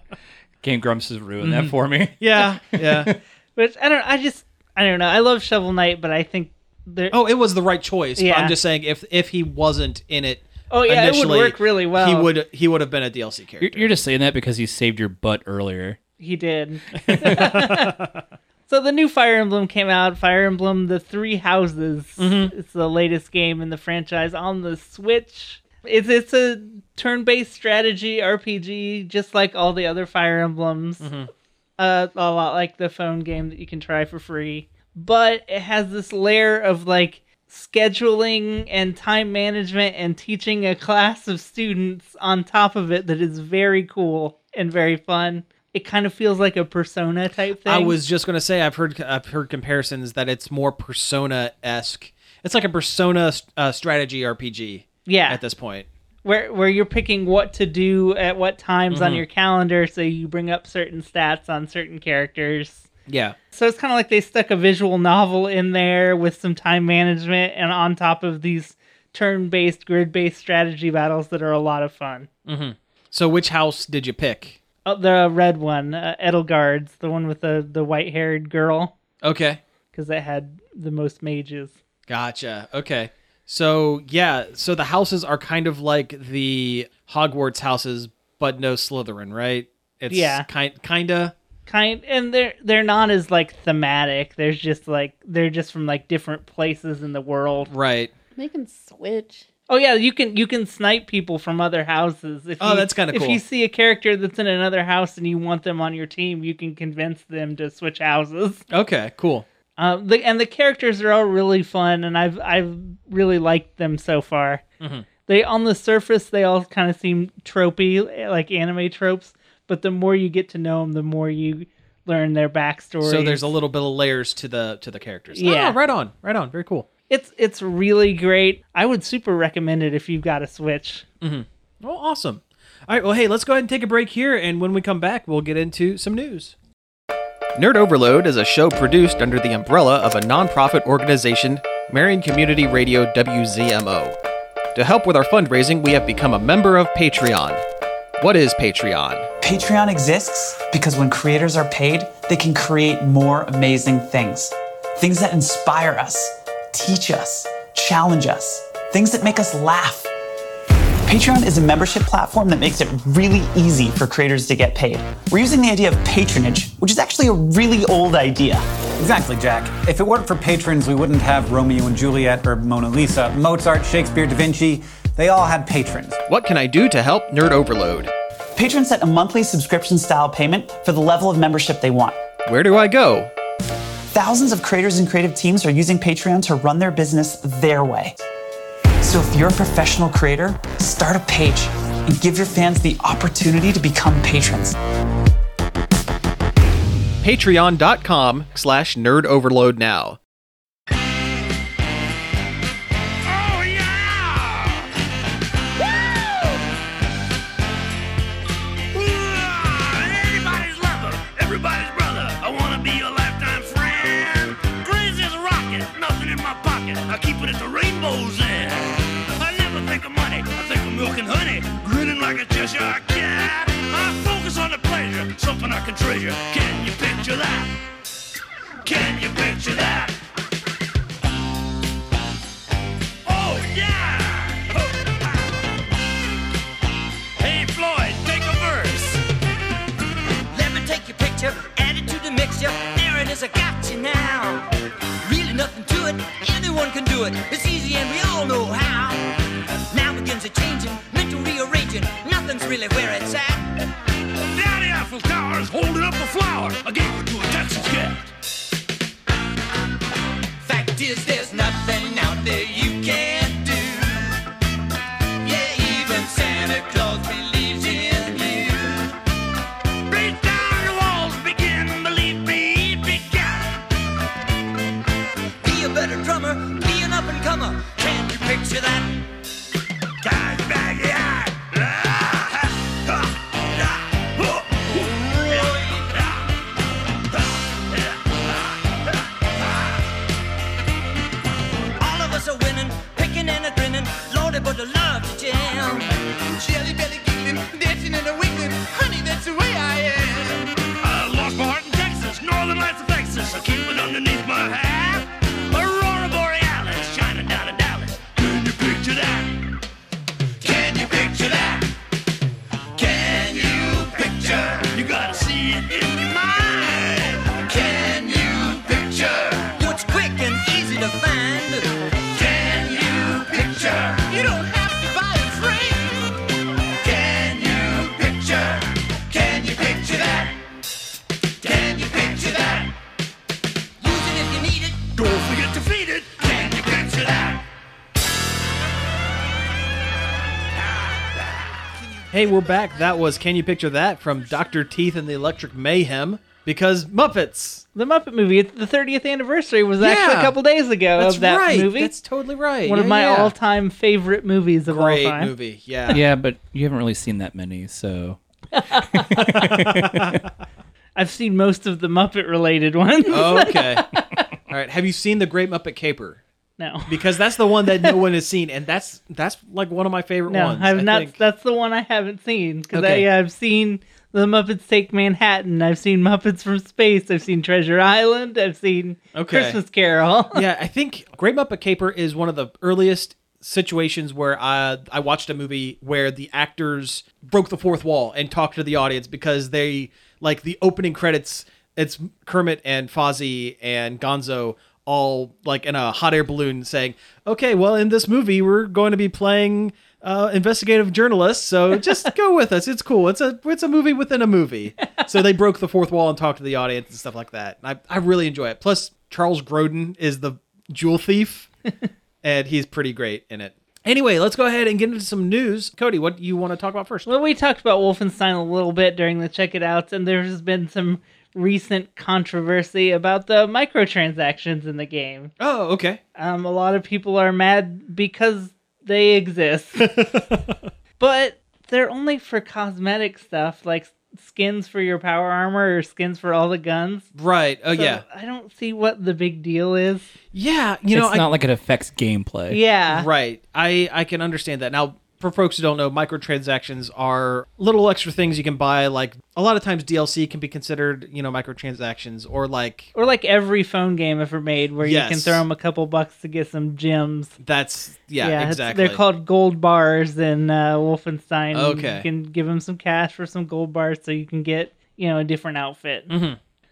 Game Grumps has ruined that for me.
Yeah, yeah.
Which I don't. I just I don't know. I love Shovel Knight, but I think there.
Oh, it was the right choice. but
Yeah.
I'm just saying if if he wasn't in it,
Oh, yeah, it would
initially,
work really well.
He would he would have been a DLC character.
You're, you're just saying that because you saved your butt earlier.
He did. so the new Fire Emblem came out. Fire Emblem: The Three Houses.
Mm-hmm.
It's the latest game in the franchise on the Switch. It's it's a turn-based strategy RPG, just like all the other Fire Emblems.
Mm-hmm.
Uh, a lot like the phone game that you can try for free, but it has this layer of like scheduling and time management and teaching a class of students on top of it that is very cool and very fun. It kind of feels like a persona type thing.
I was just gonna say I've heard I've heard comparisons that it's more persona esque. It's like a persona uh, strategy RPG.
Yeah.
At this point,
where where you're picking what to do at what times on your calendar so you bring up certain stats on certain characters.
yeah.
So it's kind of like they stuck a visual novel in there with some time management and on top of these turn-based, grid-based strategy battles that are a lot of fun.
So which house did you pick?
Oh, the red one, uh, Edelgard's, the one with the the white-haired girl,
Okay.
because it had the most mages.
Gotcha. Okay. So yeah, so the houses are kind of like the Hogwarts houses, but no Slytherin, right? It's
Yeah.
kind kinda.
Kind and they're they're not as like thematic. There's just like they're just from like different places in the world.
Right.
They can switch.
Oh yeah, you can you can snipe people from other houses. If
Oh,
you-
that's kinda
If
cool.
you see a character that's in another house and you want them on your team, you can convince them to switch houses.
Okay, cool.
Um, the, and the characters are all really fun, and I've I've really liked them so far.
Mm-hmm.
They on the surface they all kind of seem tropey, eh, like anime tropes. But the more you get to know them, the more you learn their backstory.
So there's a little bit of layers to the to the characters.
Yeah.
Ah, right on. Right on. Very cool.
it's it's really great. I would super recommend it if you've got a Switch.
Well, Oh, awesome. All right, well, hey, let's go ahead and take a break here, and when we come back, we'll get into some news. Nerd Overload is a show produced under the umbrella of a nonprofit organization, Marion Community Radio WZMO. To help with our fundraising, we have become a member of Patreon. What is Patreon?
Patreon exists because when creators are paid, they can create more amazing things. Things that inspire us, teach us, challenge us, things that make us laugh. Patreon is a membership platform that makes it really easy for creators to get paid. We're using the idea of patronage, which is actually a really old idea.
Exactly, Jack. If it weren't for patrons, we wouldn't have Romeo and Juliet or Mona Lisa, Mozart, Shakespeare, Da Vinci. They all had patrons.
What can I do to help Nerd Overload?
Patrons set a monthly subscription style payment for the level of membership they want.
Where do I go?
Thousands of creators and creative teams are using Patreon to run their business their way. So if you're a professional creator, start a page and give your fans the opportunity to become patrons.
Patreon.com slash Nerd Overload now.
Everybody's lover, everybody's brother. I wanna be your lifetime friend. Crazy as a rocket, nothing in my pocket. I keep it at the rainbow's end. I never think of money, I think of milk and honey. Grinning like a Cheshire cat. I focus on the pleasure, something I can treasure. Can you picture that? Can you picture that? Oh yeah! Hey Floyd, take a verse.
Let me take your picture, add it to the mixture. There it is, I got you now. Really nothing to it, anyone can do it. It's easy and we all know how. Now begins a changing, mental rearranging. Nothing's really where it's at.
Down the Eiffel Tower is holding up a flower. I gave it to a Texas cat.
Fact is, there's nothing out there you can't do. Yeah, even Santa Claus believes in you.
Beat down the walls, begin, believe me, began.
Be a better drummer, be an up and comer. Can you picture that?
Guys, back the eye.
All of us are winning, picking and a grinning. Lordy, but I love to jam. Jelly belly giggling, dancing and a wiggling. Honey, that's the way I am.
I lost my heart in Texas, northern lights of Texas. I keep it underneath my hat. Aurora Borealis shining down in Dallas. Can you picture that? Can you picture that? Can you picture? You gotta see it in your mind. Can you picture?
What's quick and easy to find?
Can you picture?
You don't have to buy a frame.
Can you picture? Can you picture that? Can you picture that?
Use it if you need it.
Don't forget to feed it. Can you picture that?
Hey, we're back. That was Can You Picture That from Dr. Teeth and the Electric Mayhem because Muppets.
The Muppet movie, it's the 30th anniversary was actually
Yeah.
a couple days ago
That's
of that
right.
movie.
That's totally right.
one of
Yeah,
my
yeah.
all-time favorite movies of
great
all time.
movie. Yeah.
Yeah, but you haven't really seen that many, so
I've seen
Oh,
most of the Muppet-related ones.
okay. All right. Have you seen The Great Muppet Caper?
No.
because that's the one that no one has seen, and that's that's like one of my favorite
No,
ones.
I've
I
not.
think.
That's the one I haven't seen because
Okay.
I've seen the Muppets Take Manhattan. I've seen Muppets from Space. I've seen Treasure Island. I've seen
Okay.
Christmas Carol.
yeah, I think Great Muppet Caper is one of the earliest situations where I I watched a movie where the actors broke the fourth wall and talked to the audience because they like the opening credits. It's Kermit and Fozzie and Gonzo all like in a hot air balloon saying, "Okay, well, in this movie, we're going to be playing." Uh, investigative journalists, so just go with us. It's cool. It's a it's a movie within a movie. So they broke the fourth wall and talked to the audience and stuff like that. And I I really enjoy it. Plus Charles Grodin is the jewel thief, and he's pretty great in it. Anyway, let's go ahead and get into some news. Cody, what do you want to talk about first?
Well, we talked about Wolfenstein a little bit during the check it outs, and there's been some recent controversy about the microtransactions in the game.
Oh, okay.
Um, a lot of people are mad because they exist, but they're only for cosmetic stuff like skins for your power armor or skins for all the guns.
Right. Oh,
So
yeah.
I don't see what the big deal is.
Yeah. You know,
it's
I,
not like it affects gameplay.
Yeah.
right. I I can understand that. Now, for folks who don't know, microtransactions are little extra things you can buy. Like a lot of times, DLC can be considered, you know, microtransactions or like
Or like every phone game ever made where you can
Yes.
throw them a couple bucks to get some gems.
that's yeah,
it's-
exactly.
They're called gold bars in uh, Wolfenstein. and
Okay.
You can give them some cash for some gold bars so you can get, you know, a different outfit.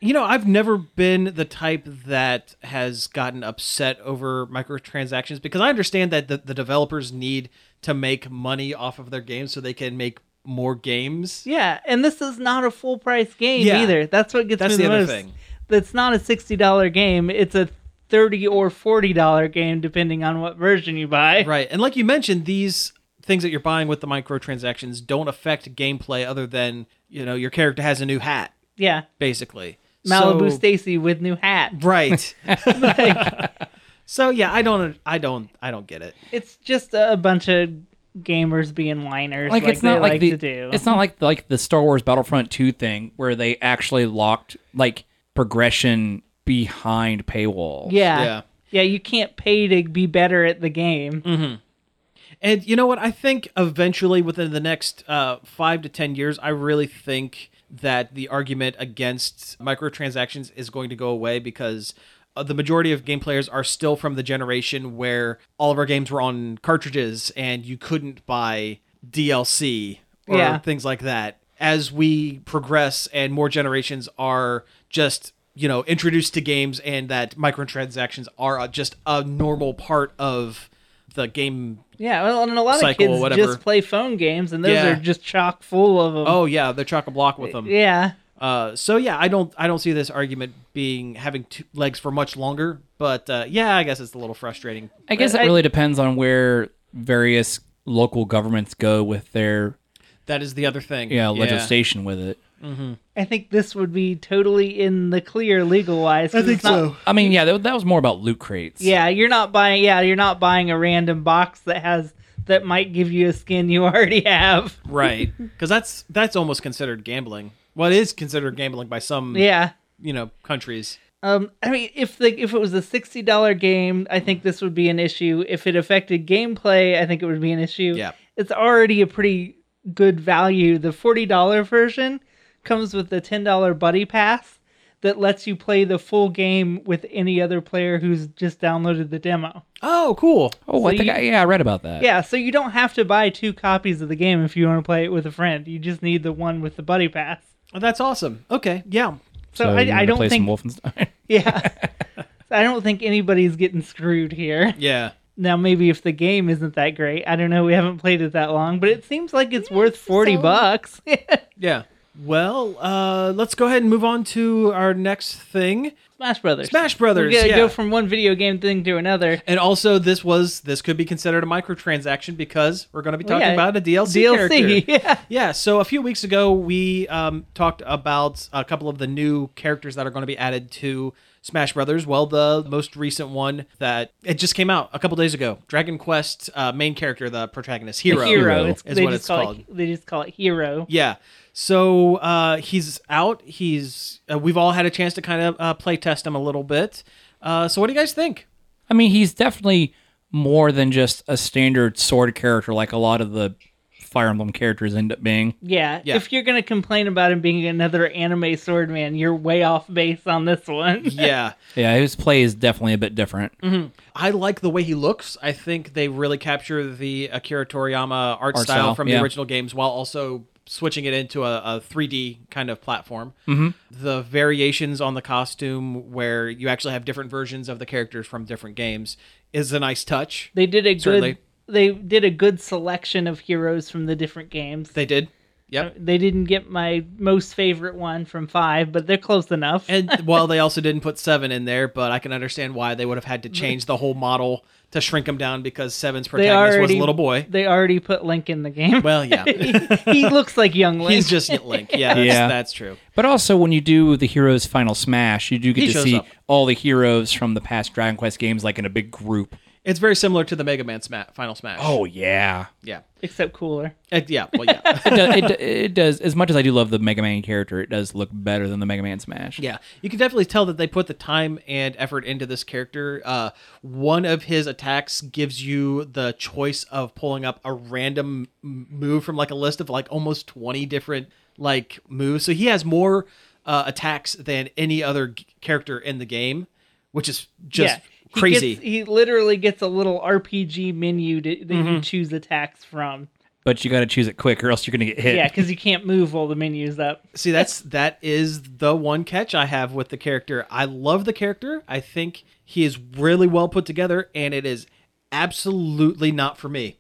You know, I've never been the type that has gotten upset over microtransactions because I understand that the, the developers need to make money off of their games so they can make more games.
Yeah. And this is not a full price game
Yeah.
either. That's what gets
That's
me
the
the,
other
most.
thing.
That's not a $60 game. It's a 30 or $40 game, depending on what version you buy.
Right. And like you mentioned, these things that you're buying with the microtransactions don't affect gameplay other than, you know, your character has a new hat,
Yeah.
basically.
Malibu
So-
Stacy with new hat.
Right.
Like,
so yeah, I don't I don't I don't get it.
it's just a bunch of gamers being whiners like,
Like, it's not
they
like,
like,
the
to do.
it's not like like the Star Wars Battlefront 2 thing where they actually locked like progression behind paywall.
yeah.
Yeah. Mm.
yeah. you can't pay to be better at the game.
And you know what? I think eventually, within the next uh, five to ten years, I really think that the argument against microtransactions is going to go away because uh, the majority of game players are still from the generation where all of our games were on cartridges and you couldn't buy DLC or
Yeah.
things like that. As we progress and more generations are just you know introduced to games and that microtransactions are uh, just a normal part of the game
Yeah, well, and a lot
Cycle,
of kids
whatever.
just play phone games, and those
Yeah.
are just chock full of them.
Oh yeah, they're chock a block with them.
yeah,
Uh, so yeah, I don't I don't see this argument being having two legs for much longer. But uh, yeah, I guess it's a little frustrating.
I guess it
I-
really depends on where various local governments go with their
That is the other thing.
yeah, legislation with it.
I think this would be totally in the clear legal wise. I think
so.
I mean, yeah, that, that was more about loot crates.
Yeah, you're not buying. Yeah, you're not buying a random box that has that might give you a skin you already have.
right. Because that's that's almost considered gambling. Well, it is considered gambling by some
Yeah.
you know countries.
Um, I mean, if the if it was a sixty dollar game, I think this would be an issue. If it affected gameplay, I think it would be an issue.
Yeah.
it's already a pretty good value. The forty dollar version comes with the ten dollar buddy pass that lets you play the full game with any other player who's just downloaded the demo.
Oh, cool.
Oh, I think I, yeah, I read about that.
Yeah, so you don't have to buy two copies of the game if you want to play it with a friend. You just need the one with the buddy pass.
Oh, That's awesome. Okay, yeah.
So, I, I don't think
Wolfenstein.
yeah. I don't think anybody's getting screwed here.
Yeah.
Now maybe if the game isn't that great, I don't know. We haven't played it that long, but it seems like it's worth forty bucks.
Yeah. Well, uh, let's go ahead and move on to our next thing.
Smash Brothers.
Smash Brothers,
We're gonna
yeah.
go from one video game thing to another.
And also, this was this could be considered a microtransaction because we're going to be talking
yeah.
about a DLC,
DLC.
character.
Yeah.
Yeah, so a few weeks ago, we um, talked about a couple of the new characters that are going to be added to Smash Brothers. Well, the most recent one that it just came out a couple days ago, Dragon Quest uh, main character, the protagonist hero,
Hero. It's,
is
they
what
just
it's
call
called.
It, they just call it Hero.
Yeah. So uh, he's out. He's uh, we've all had a chance to kind of uh, play test him a little bit. Uh, so what do you guys think?
I mean, he's definitely more than just a standard sword character, like a lot of the Fire Emblem characters end up being.
Yeah,
Yeah.
if you're gonna complain about him being another anime swordman, you're way off base on this one.
yeah.
Yeah, his play is definitely a bit different.
Mm-hmm.
I like the way he looks. I think they really capture the Akira Toriyama art, style,
style,
from
yeah.
the original games while also switching it into a, a 3D kind of platform. The variations on the costume, where you actually have different versions of the characters from different games, is a nice touch.
They did a
Certainly.
good. They did a good selection of heroes from the different games.
They did. Yep.
They didn't get my most favorite one from five, but they're close enough.
And well, they also didn't put seven in there, but I can understand why they would have had to change the whole model to shrink him down because seven's
they
protagonist
already
was a little boy.
They already put Link in the game.
Well, yeah,
he looks like young Link.
he's just Link. Yeah, that's,
Yeah.
that's true.
But also, when you do the Heroes Final Smash, you do get
He
to
shows
see
up.
all the heroes from the past Dragon Quest games, like in a big group.
It's very similar to the Mega Man sma- Final Smash.
Oh yeah,
yeah,
except cooler.
Uh, yeah. Well, yeah,
it, does, it, it does. As much as I do love the Mega Man character, it does look better than the Mega Man Smash.
yeah. You can definitely tell that they put the time and effort into this character. Uh, one of his attacks gives you the choice of pulling up a random m- move from like a list of like almost twenty different like moves. So he has more uh, attacks than any other g- character in the game, which is just
He
crazy.
gets- he literally gets a little RPG menu to, that
Mm-hmm.
you choose attacks from.
But you got to choose it quick, or else you're gonna get hit.
Yeah, because you can't move all the menus up.
See, that's that is the one catch I have with the character. I love the character. I think he is really well put together, and it is absolutely not for me.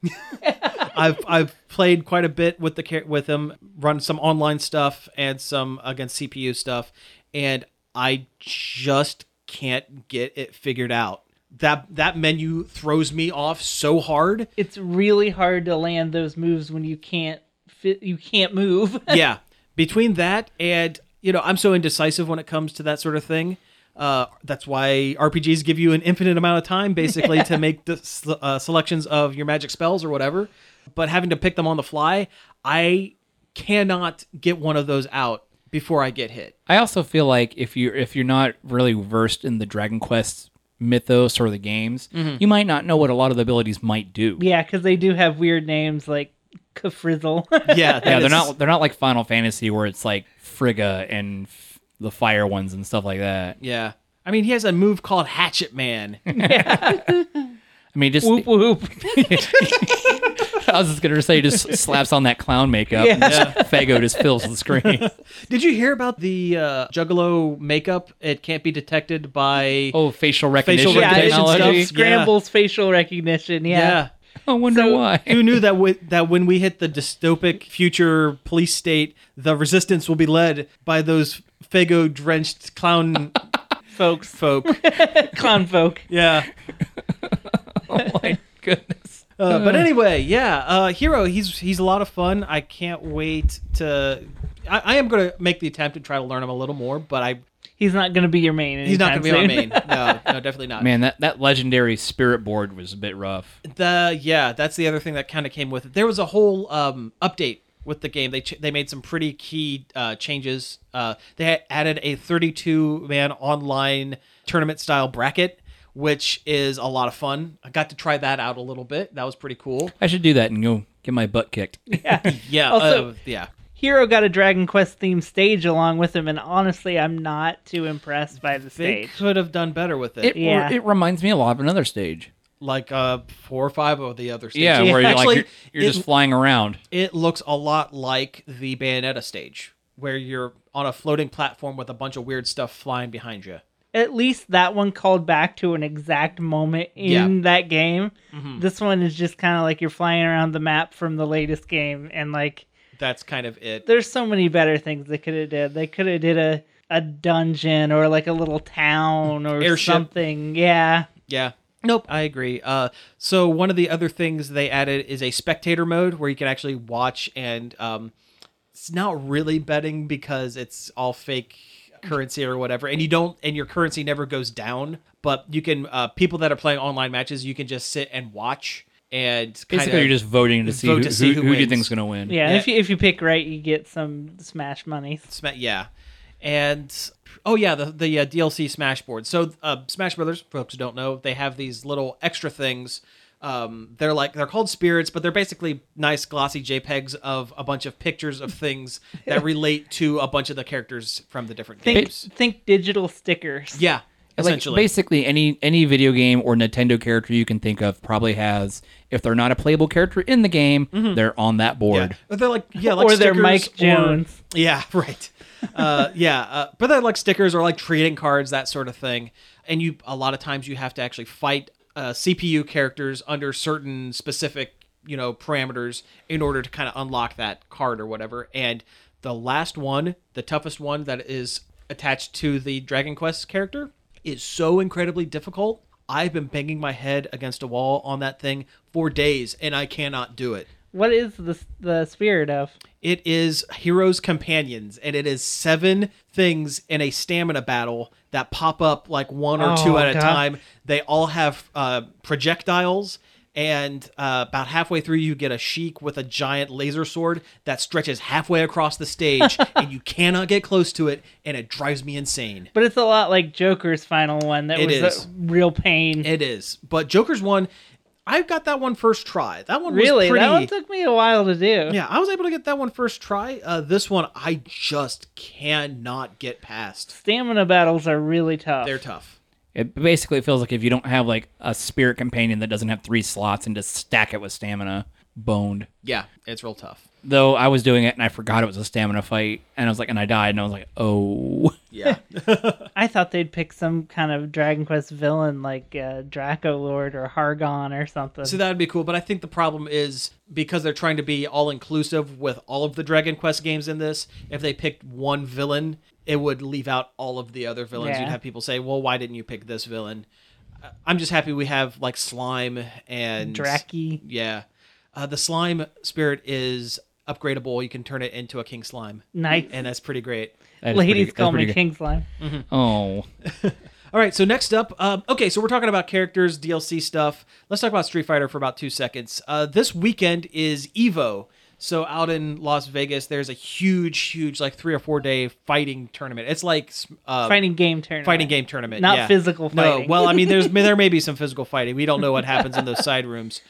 I've I've played quite a bit with the char- with him, run some online stuff and some against CPU stuff, and I just can't get it figured out. That that menu throws me off so hard.
It's really hard to land those moves when you can't fit. You can't move.
yeah. Between that and you know, I'm so indecisive when it comes to that sort of thing. Uh, that's why RPGs give you an infinite amount of time, basically, to make the s- uh, selections of your magic spells or whatever. But having to pick them on the fly, I cannot get one of those out before I get hit.
I also feel like if you if you're not really versed in the Dragon Quest mythos or the games, you might not know what a lot of the abilities might do.
yeah, because they do have weird names like Kafrizzle.
Yeah, that
Yeah, they're
is-
not they're not like Final Fantasy where it's like Frigga and f- the fire ones and stuff like that.
Yeah, I mean, he has a move called Hatchet Man.
I mean, just
whoop whoop.
I was just gonna say, just slaps on that clown makeup. And just, Fago just fills the screen.
Did you hear about the uh, Juggalo makeup? It can't be detected by.
Oh, facial recognition
Yeah,
it-
technology.
stuff.
it scrambles facial recognition. Yeah.
yeah.
I wonder
So-
why.
Who knew that w- that when we hit the dystopic future police state, the resistance will be led by those fago drenched clown
folks,
folk?
clown folk.
Yeah.
My goodness.
Uh, but anyway, yeah, uh, Hero, he's he's a lot of fun. I can't wait to. I, I am going to make the attempt to try to learn him a little more, but I
He's not going to be your main.
he's not
anytime
going to be my
soon.
main. No, no, definitely not.
Man, that, that legendary spirit board was a bit rough.
The yeah, that's the other thing that kind of came with it. There was a whole um, update with the game. They ch- they made some pretty key uh, changes. Uh, they had added a 32 man online tournament style bracket, which is a lot of fun. I got to try that out a little bit. That was pretty cool.
I should do that and go get my butt kicked.
Yeah,
Also-
uh, yeah.
Hero got a Dragon Quest themed stage along with him, and honestly, I'm not too impressed by the
They
stage.
could have done better with it,
It,
Yeah.
it reminds me a lot of another stage.
like uh, four or five of the other stages.
Yeah, where you're
Actually,
like you're, you're
it-
just flying around.
it looks a lot like the Bayonetta stage, where you're on a floating platform with a bunch of weird stuff flying behind you.
At least that one called back to an exact moment in
Yeah. Mm-hmm.
that game. This one is just kind of like you're flying around the map from the latest game, and like
That's kind of it.
there's so many better things they could have did. They could have did a a dungeon or like a little town or
Airship.
something. Yeah.
Yeah. Nope, I agree. Uh, so one of the other things they added is a spectator mode where you can actually watch, and um, it's not really betting because it's all fake currency or whatever, and you don't, and your currency never goes down. But you can, uh, people that are playing online matches, you can just sit and watch and kind
Basically,
of
you're just voting to see,
vote
who,
to see who
who, who do you
wins.
think's going to win.
Yeah,
Yeah.
if you if you pick right, you get some smash money.
Sma- yeah. and oh yeah, the the uh, DLC Smash board. So uh, Smash Brothers, for folks who don't know, they have these little extra things. Um, they're like they're called spirits, but they're basically nice glossy JPEGs of a bunch of pictures of things that relate to a bunch of the characters from the different
Think,
games.
think digital stickers.
Yeah,
Like,
essentially.
basically, any any video game or Nintendo character you can think of probably has, if they're not a playable character in the game, they're on that board.
Or They're like yeah, like
or they're
stickers
Mike
or-
Jones.
yeah, right. Uh, yeah, uh, but they're like stickers or like trading cards, that sort of thing. And you a lot of times you have to actually fight uh, CPU characters under certain specific you know parameters in order to kind of unlock that card or whatever. And the last one, the toughest one that is attached to the Dragon Quest character, is so incredibly difficult. I've been banging my head against a wall on that thing for days, and I cannot do it.
What is the the spirit of?
It is Heroes Companions, and it is seven things in a stamina battle that pop up like one or
Oh,
two at
God.
a time. They all have uh, projectiles, and uh, about halfway through, you get a sheik with a giant laser sword that stretches halfway across the stage, and you cannot get close to it, and it drives me insane.
But it's a lot like Joker's final one. That
It
was
is.
a real pain.
It is. But Joker's one, I got that one first try. That one
really,
was pretty.
that one took me a while to do.
yeah, I was able to get that one first try. Uh, this one, I just cannot get past.
Stamina battles are really tough.
They're tough.
It basically feels like if you don't have like a spirit companion that doesn't have three slots and just stack it with stamina, boned.
Yeah, it's real tough.
Though I was doing it and I forgot it was a stamina fight, and I was like, and I died, and I was like, oh,
Yeah.
I thought they'd pick some kind of Dragon Quest villain like uh, Draco Lord or Hargon or something.
so that would be cool, but I think the problem is because they're trying to be all inclusive with all of the Dragon Quest games in this, if they picked one villain, it would leave out all of the other villains.
Yeah.
You'd have people say, "Well, why didn't you pick this villain?" Uh, I'm just happy we have like slime and
Draki.
Yeah. Uh, the slime spirit is upgradable. You can turn it into a king slime.
Nice.
And that's pretty great.
That is pretty-
Ladies
that's
call me
pretty good.
King Slime.
Uh,
Oh,
All right, so next up, um, okay, so we're talking about characters, DLC stuff. Let's talk about Street Fighter for about two seconds. Uh, this weekend is Evo. So out in Las Vegas, there's a huge, huge, like three or four day fighting tournament. It's like uh,
Fighting game tournament.
fighting game tournament,
Not
yeah.
physical
No,
fighting.
well, I mean, there's there may be some physical fighting. We don't know what happens in those side rooms,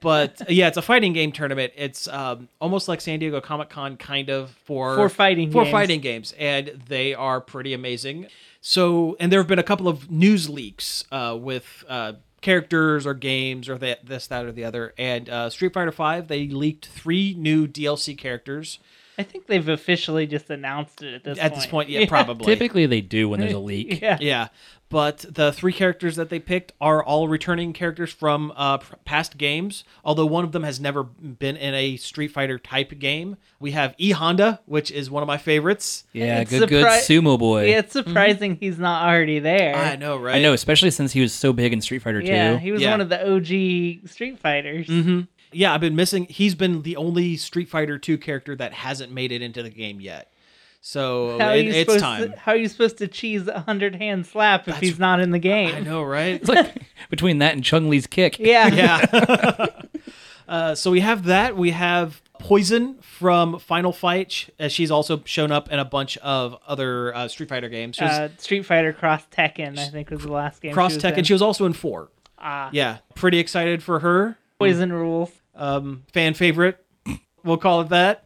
but uh, yeah, it's a fighting game tournament. It's um, almost like San Diego Comic Con, kind of for
For fighting
for
games.
fighting games, and they are pretty amazing. So, and there have been a couple of news leaks uh, with. Uh, characters or games or that this that or the other and uh, street fighter 5 they leaked three new dlc characters
I think they've officially just announced it at this
at
point.
this point yeah, probably
typically they do when there's a leak.
Yeah.
Yeah, but the three characters that they picked are all returning characters from uh, pr- past games. Although one of them has never been in a Street Fighter type game. We have E Honda, which is one of my favorites.
Yeah,
It's
good, good
surpri-
sumo boy.
Yeah, it's surprising he's not already there.
Mm-hmm. I know, right?
I know, especially since he was so big in Street Fighter
Yeah,
2.
he was
Yeah. Mm-hmm.
one of the OG Street Fighters.
Yeah, I've been missing. He's been the only Street Fighter Two character that hasn't made it into the game yet. So
How, are
it-
you
it's
supposed
time.
To, how are you supposed to cheese a hundred hand slap if he's not in the game?
I know, right?
It's like between that and Chung Li's kick.
Yeah.
yeah. uh, so we have that. We have Poison from Final Fight. Sh- uh, She's also shown up in a bunch of other uh, Street Fighter games. She was
Uh, Street Fighter Cross Tekken, I think, was the last game.
cross
she was
Tekken.
in.
She was also in four.
Ah.
Yeah, pretty excited for her.
Poison Rules.
Um, fan favorite, we'll call it that.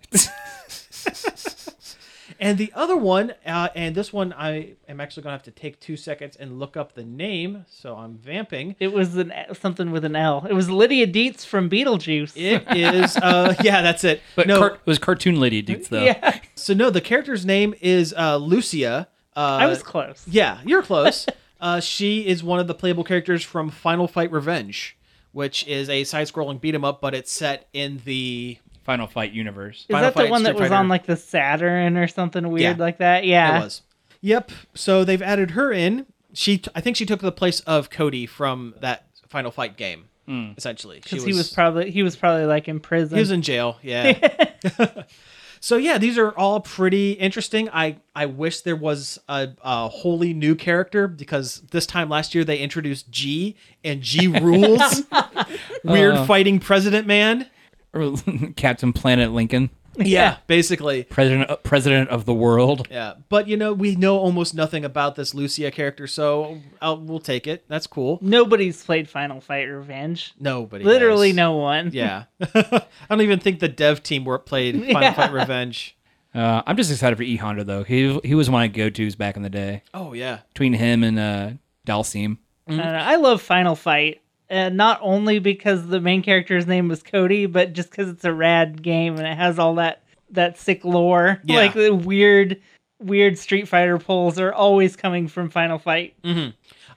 and the other one, uh, and this one, I am actually gonna have to take two seconds and look up the name. So I'm vamping.
It was an something with an L. It was Lydia Dietz from Beetlejuice.
It is, uh, yeah, that's it.
But
no,
car- it was Cartoon Lady Dukes, though.
yeah,
so no, the character's name is uh, Lucia. Uh,
I was close.
Yeah, you're close. uh, she is one of the playable characters from Final Fight Revenge, which is a side-scrolling beat 'em up, but it's set in the
Final Fight Universe.
Is
Final
that the
Fight,
one that
Street
was
Fighter.
on like the Saturn or something weird
Yeah.
like that? Yeah,
It was. Yep. So they've added her in. She, I think she took the place of Cody from that Final Fight game. Essentially, she
because Hmm. he was probably he was probably like in prison.
he was in jail. Yeah. so yeah, these are all pretty interesting. I I wish there was a, a wholly new character because this time last year they introduced G and G Uh-huh. rules. Weird fighting president man.
Captain Planet Lincoln.
Yeah, basically.
President uh, President of the world.
Yeah, but you know we know almost nothing about this Lucia character, so I'll, we'll take it. That's cool.
Nobody's played Final Fight Revenge.
Nobody.
Literally
knows.
no one.
Yeah, I don't even think the dev team were played Final
Yeah.
Fight Revenge.
Uh, I'm just excited for E Honda though. He he was one I go tos back in the day.
Oh yeah,
Between him and uh, Dalsim.
I, don't know. I love Final Fight. Uh, not only because the main character's name was Cody, but just because it's a rad game and it has all that that sick lore,
Yeah.
like the weird, weird Street Fighter pulls are always coming from Final Fight.
Mm-hmm.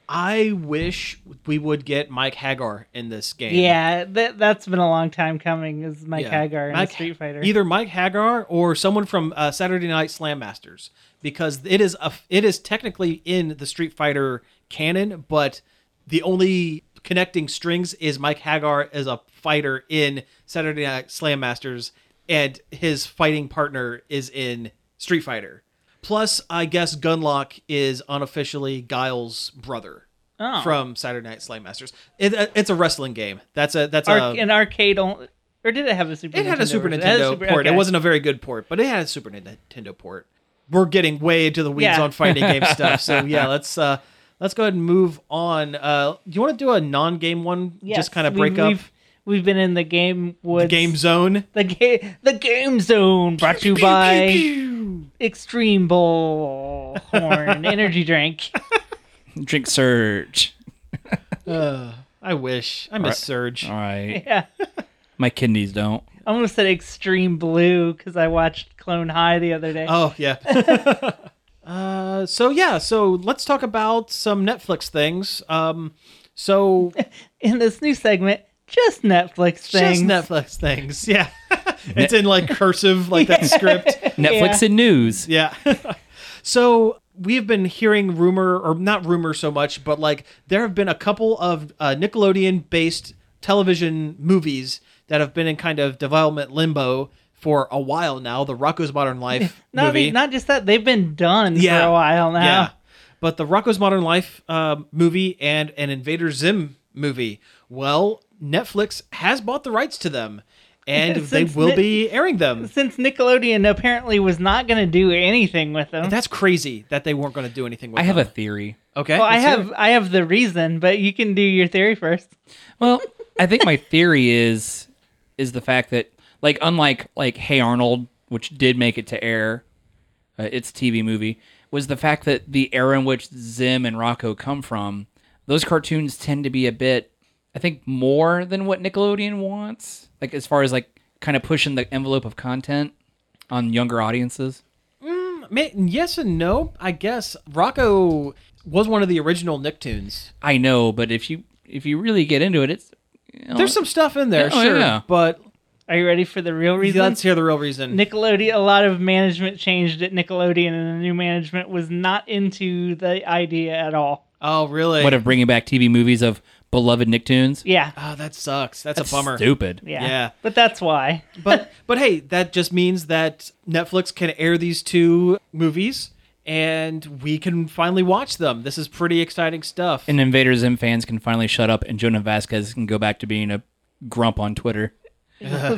I wish we would get Mike Hagar in this game.
Yeah, that that's been a long time coming. Is Mike
Yeah.
Hagar in
Mike-
Street Fighter?
Either Mike Hagar or someone from uh, Saturday Night Slam Masters, because it is a it is technically in the Street Fighter canon, but the only connecting strings is Mike Hagar as a fighter in Saturday Night Slam Masters, and his fighting partner is in Street Fighter. Plus, I guess Gunlock is unofficially Guile's brother.
Oh.
From Saturday Night Slam Masters, it, uh, it's a wrestling game. That's a that's
Ar-
a
an arcade only, or did it have a Super?
uh, it had a
Nintendo
Super
version? had a
Nintendo
Super-
port. It
okay.
wasn't a very good port, but it had a Super Nintendo port. We're getting way into the weeds
Yeah.
on fighting game stuff, so yeah, let's uh let's go ahead and move on. Uh Do you want to do a non-game one?
Yes,
Just kind of
we-
break up
We've, we've been in the game woods.
the game zone.
The game. The game zone brought to you by Extreme Bull Horn Energy Drink.
Drink Surge.
I wish I miss Surge.
All right.
Yeah,
My kidneys don't.
I almost said Extreme Blue because I watched Clone High the other day.
Oh yeah. uh, so yeah, so let's talk about some Netflix things. Um, so
In this new segment, just Netflix things.
just Netflix things. Yeah, it's in like cursive, like that script.
Netflix and news.
Yeah. so we've been hearing rumor, or not rumor so much, but like there have been a couple of uh, Nickelodeon based television movies that have been in kind of development limbo for a while now. The Rocco's Modern Life
Not, e,
movie.
not just that they've been done
Yeah.
for a while now.
Yeah. But the Rocco's Modern Life uh, movie and an Invader Zim movie. Well, Netflix has bought the rights to them. And they
Since
will
Net-
be airing them.
Since Nickelodeon apparently was not going to do anything with them.
That's crazy that they weren't going to do anything with
I have a
them.
theory.
Okay.
Well, I
let's hear it.
have I have the reason, but you can do your theory first.
Well, I think my theory is is the fact that like unlike like Hey Arnold, which did make it to air, uh, its TV movie was the fact that the era in which Zim and Rocco come from, those cartoons tend to be a bit, I think, more than what Nickelodeon wants. Like as far as like kind of pushing the envelope of content on younger audiences.
Ma- yes and no, I guess. Rocco was one of the original Nicktoons.
I know, but if you if you really get into it, it's you know,
There's some stuff in there,
Oh,
sure,
yeah.
but
Are you ready for the real reason?
let's hear the real reason.
Nickelodeon. A lot of management changed at Nickelodeon, and the new management was not into the idea at all.
oh, really?
what of bringing back TV movies of beloved Nicktoons.
Yeah,
oh, that sucks. That's, a bummer.
Stupid.
yeah,
Yeah.
But that's why.
but but hey, that just means that Netflix can air these two movies and we can finally watch them. This is pretty exciting stuff.
and Invader Zim fans can finally shut up, and Jonah Vasquez can go back to being a grump on Twitter.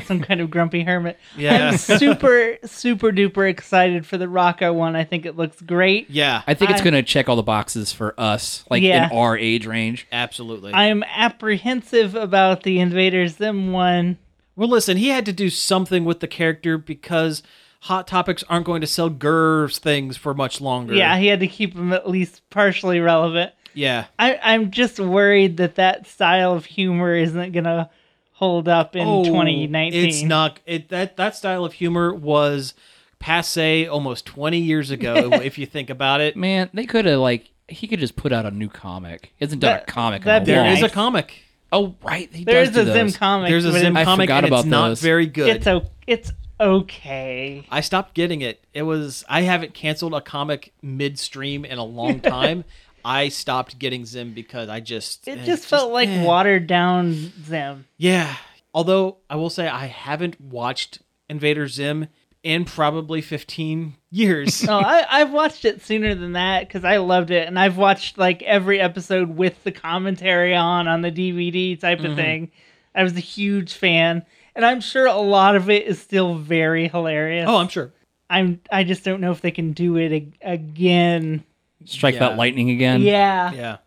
Some kind of grumpy hermit.
Yeah.
I'm super super duper excited for the Rocco one. I think it looks great.
yeah,
I think it's
I-
going to check all the boxes for us, like
Yeah.
in our age range.
absolutely.
I'm apprehensive about the Invaders Them one.
Well, listen, he had to do something with the character because Hot Topics aren't going to sell Gurr's things for much longer.
Yeah, he had to keep them at least partially relevant.
Yeah.
I, I'm just worried that that style of humor isn't gonna hold up in
Oh,
2019.
It's not it that that style of humor was passe almost 20 years ago if you think about it.
Man, they could have like he could just put out a new comic. He hasn't done
That-
a comic.
that'd
in
be
a
There
long-
is a
nice.
comic.
Oh right, he
There's
does do
a Zim
those.
comic.
There's a
but
Zim
I
comic
forgot
and it's
about
not
those.
very good.
It's, it's o- it's okay.
I stopped getting it. It was I haven't canceled a comic midstream in a long time. I stopped getting Zim because I just eh.
It just eh. felt like watered down Zim.
Yeah. Although I will say I haven't watched Invader Zim in probably 15 years.
No, I, I've watched it sooner than that because I loved it, and I've watched like every episode Mm-hmm. with the commentary on on the DVD type of thing. I was a huge fan, and I'm sure a lot of it is still very hilarious.
Oh, I'm sure.
I'm I just don't know if they can do it ag- again.
Strike
Yeah.
that lightning again.
yeah.
Yeah.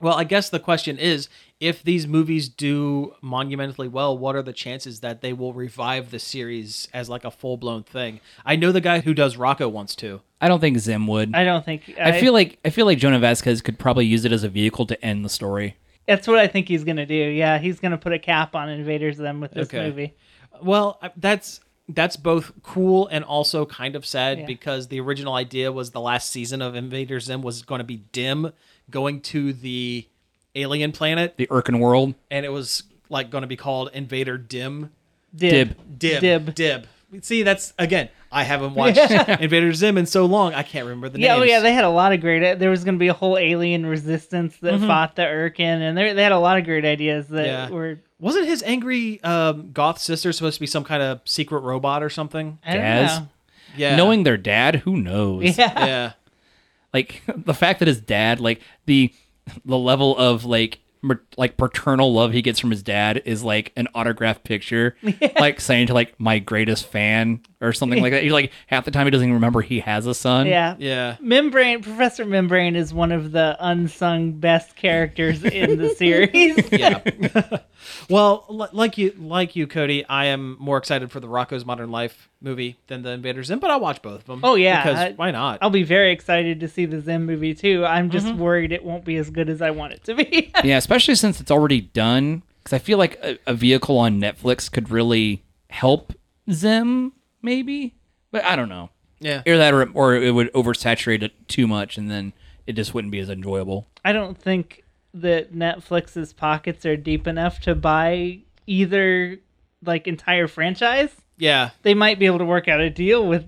Well, I guess the question is if these movies do monumentally well, what are the chances that they will revive the series as like a full blown thing? I know the guy who does Rocco wants to.
I don't think Zim would.
I don't think
I feel like I feel like Jonah Vasquez could probably use it as a vehicle to end the story.
that's what I think he's gonna do. Yeah, he's gonna put a cap on Invaders Them with this
Okay.
movie.
Well, I- that's that's both cool and also kind of sad
Yeah.
because the original idea was the last season of Invader Zim was going to be Dim going to the alien planet
The Urkin world.
and it was like going to be called Invader Dim
Dib.
Dib.
Dib.
Dib. See, that's again. I haven't watched Invader Zim in so long. I can't remember the
Yeah,
names.
oh yeah, they had a lot of great. There was going to be a whole alien resistance that fought the Urkin, and they they had a lot of great ideas that
Mm-hmm. Yeah.
were.
Wasn't his angry um, goth sister supposed to be some kind of secret robot or something?
I don't
Gaz?
know.
Yeah.
Knowing their dad, who knows?
Yeah.
Yeah.
Like the fact that his dad, like the the level of like mer- like paternal love he gets from his dad is like an autograph picture, like saying to like my greatest fan or something like that. You're like half the time he doesn't even remember he has a son.
yeah,
Yeah.
Membrane Professor Membrane is one of the unsung best characters in the series.
Yeah. well, li- like you, like you, Cody, I am more excited for the Rocco's Modern Life movie than the Invader Zim, but I'll watch both of them.
Oh, yeah,
because
I-
why not?
I'll be very excited to see the Zim movie too. I'm just
Mm-hmm.
worried it won't be as good as I want it to be.
yeah, especially since it's already done. Because I feel like a, a vehicle on Netflix could really help Zim, maybe. But I don't know.
Yeah.
Either that, or it, or it would oversaturate it too much, and then it just wouldn't be as enjoyable.
I don't think that Netflix's pockets are deep enough to buy either like entire franchise.
yeah.
they might be able to work out a deal with,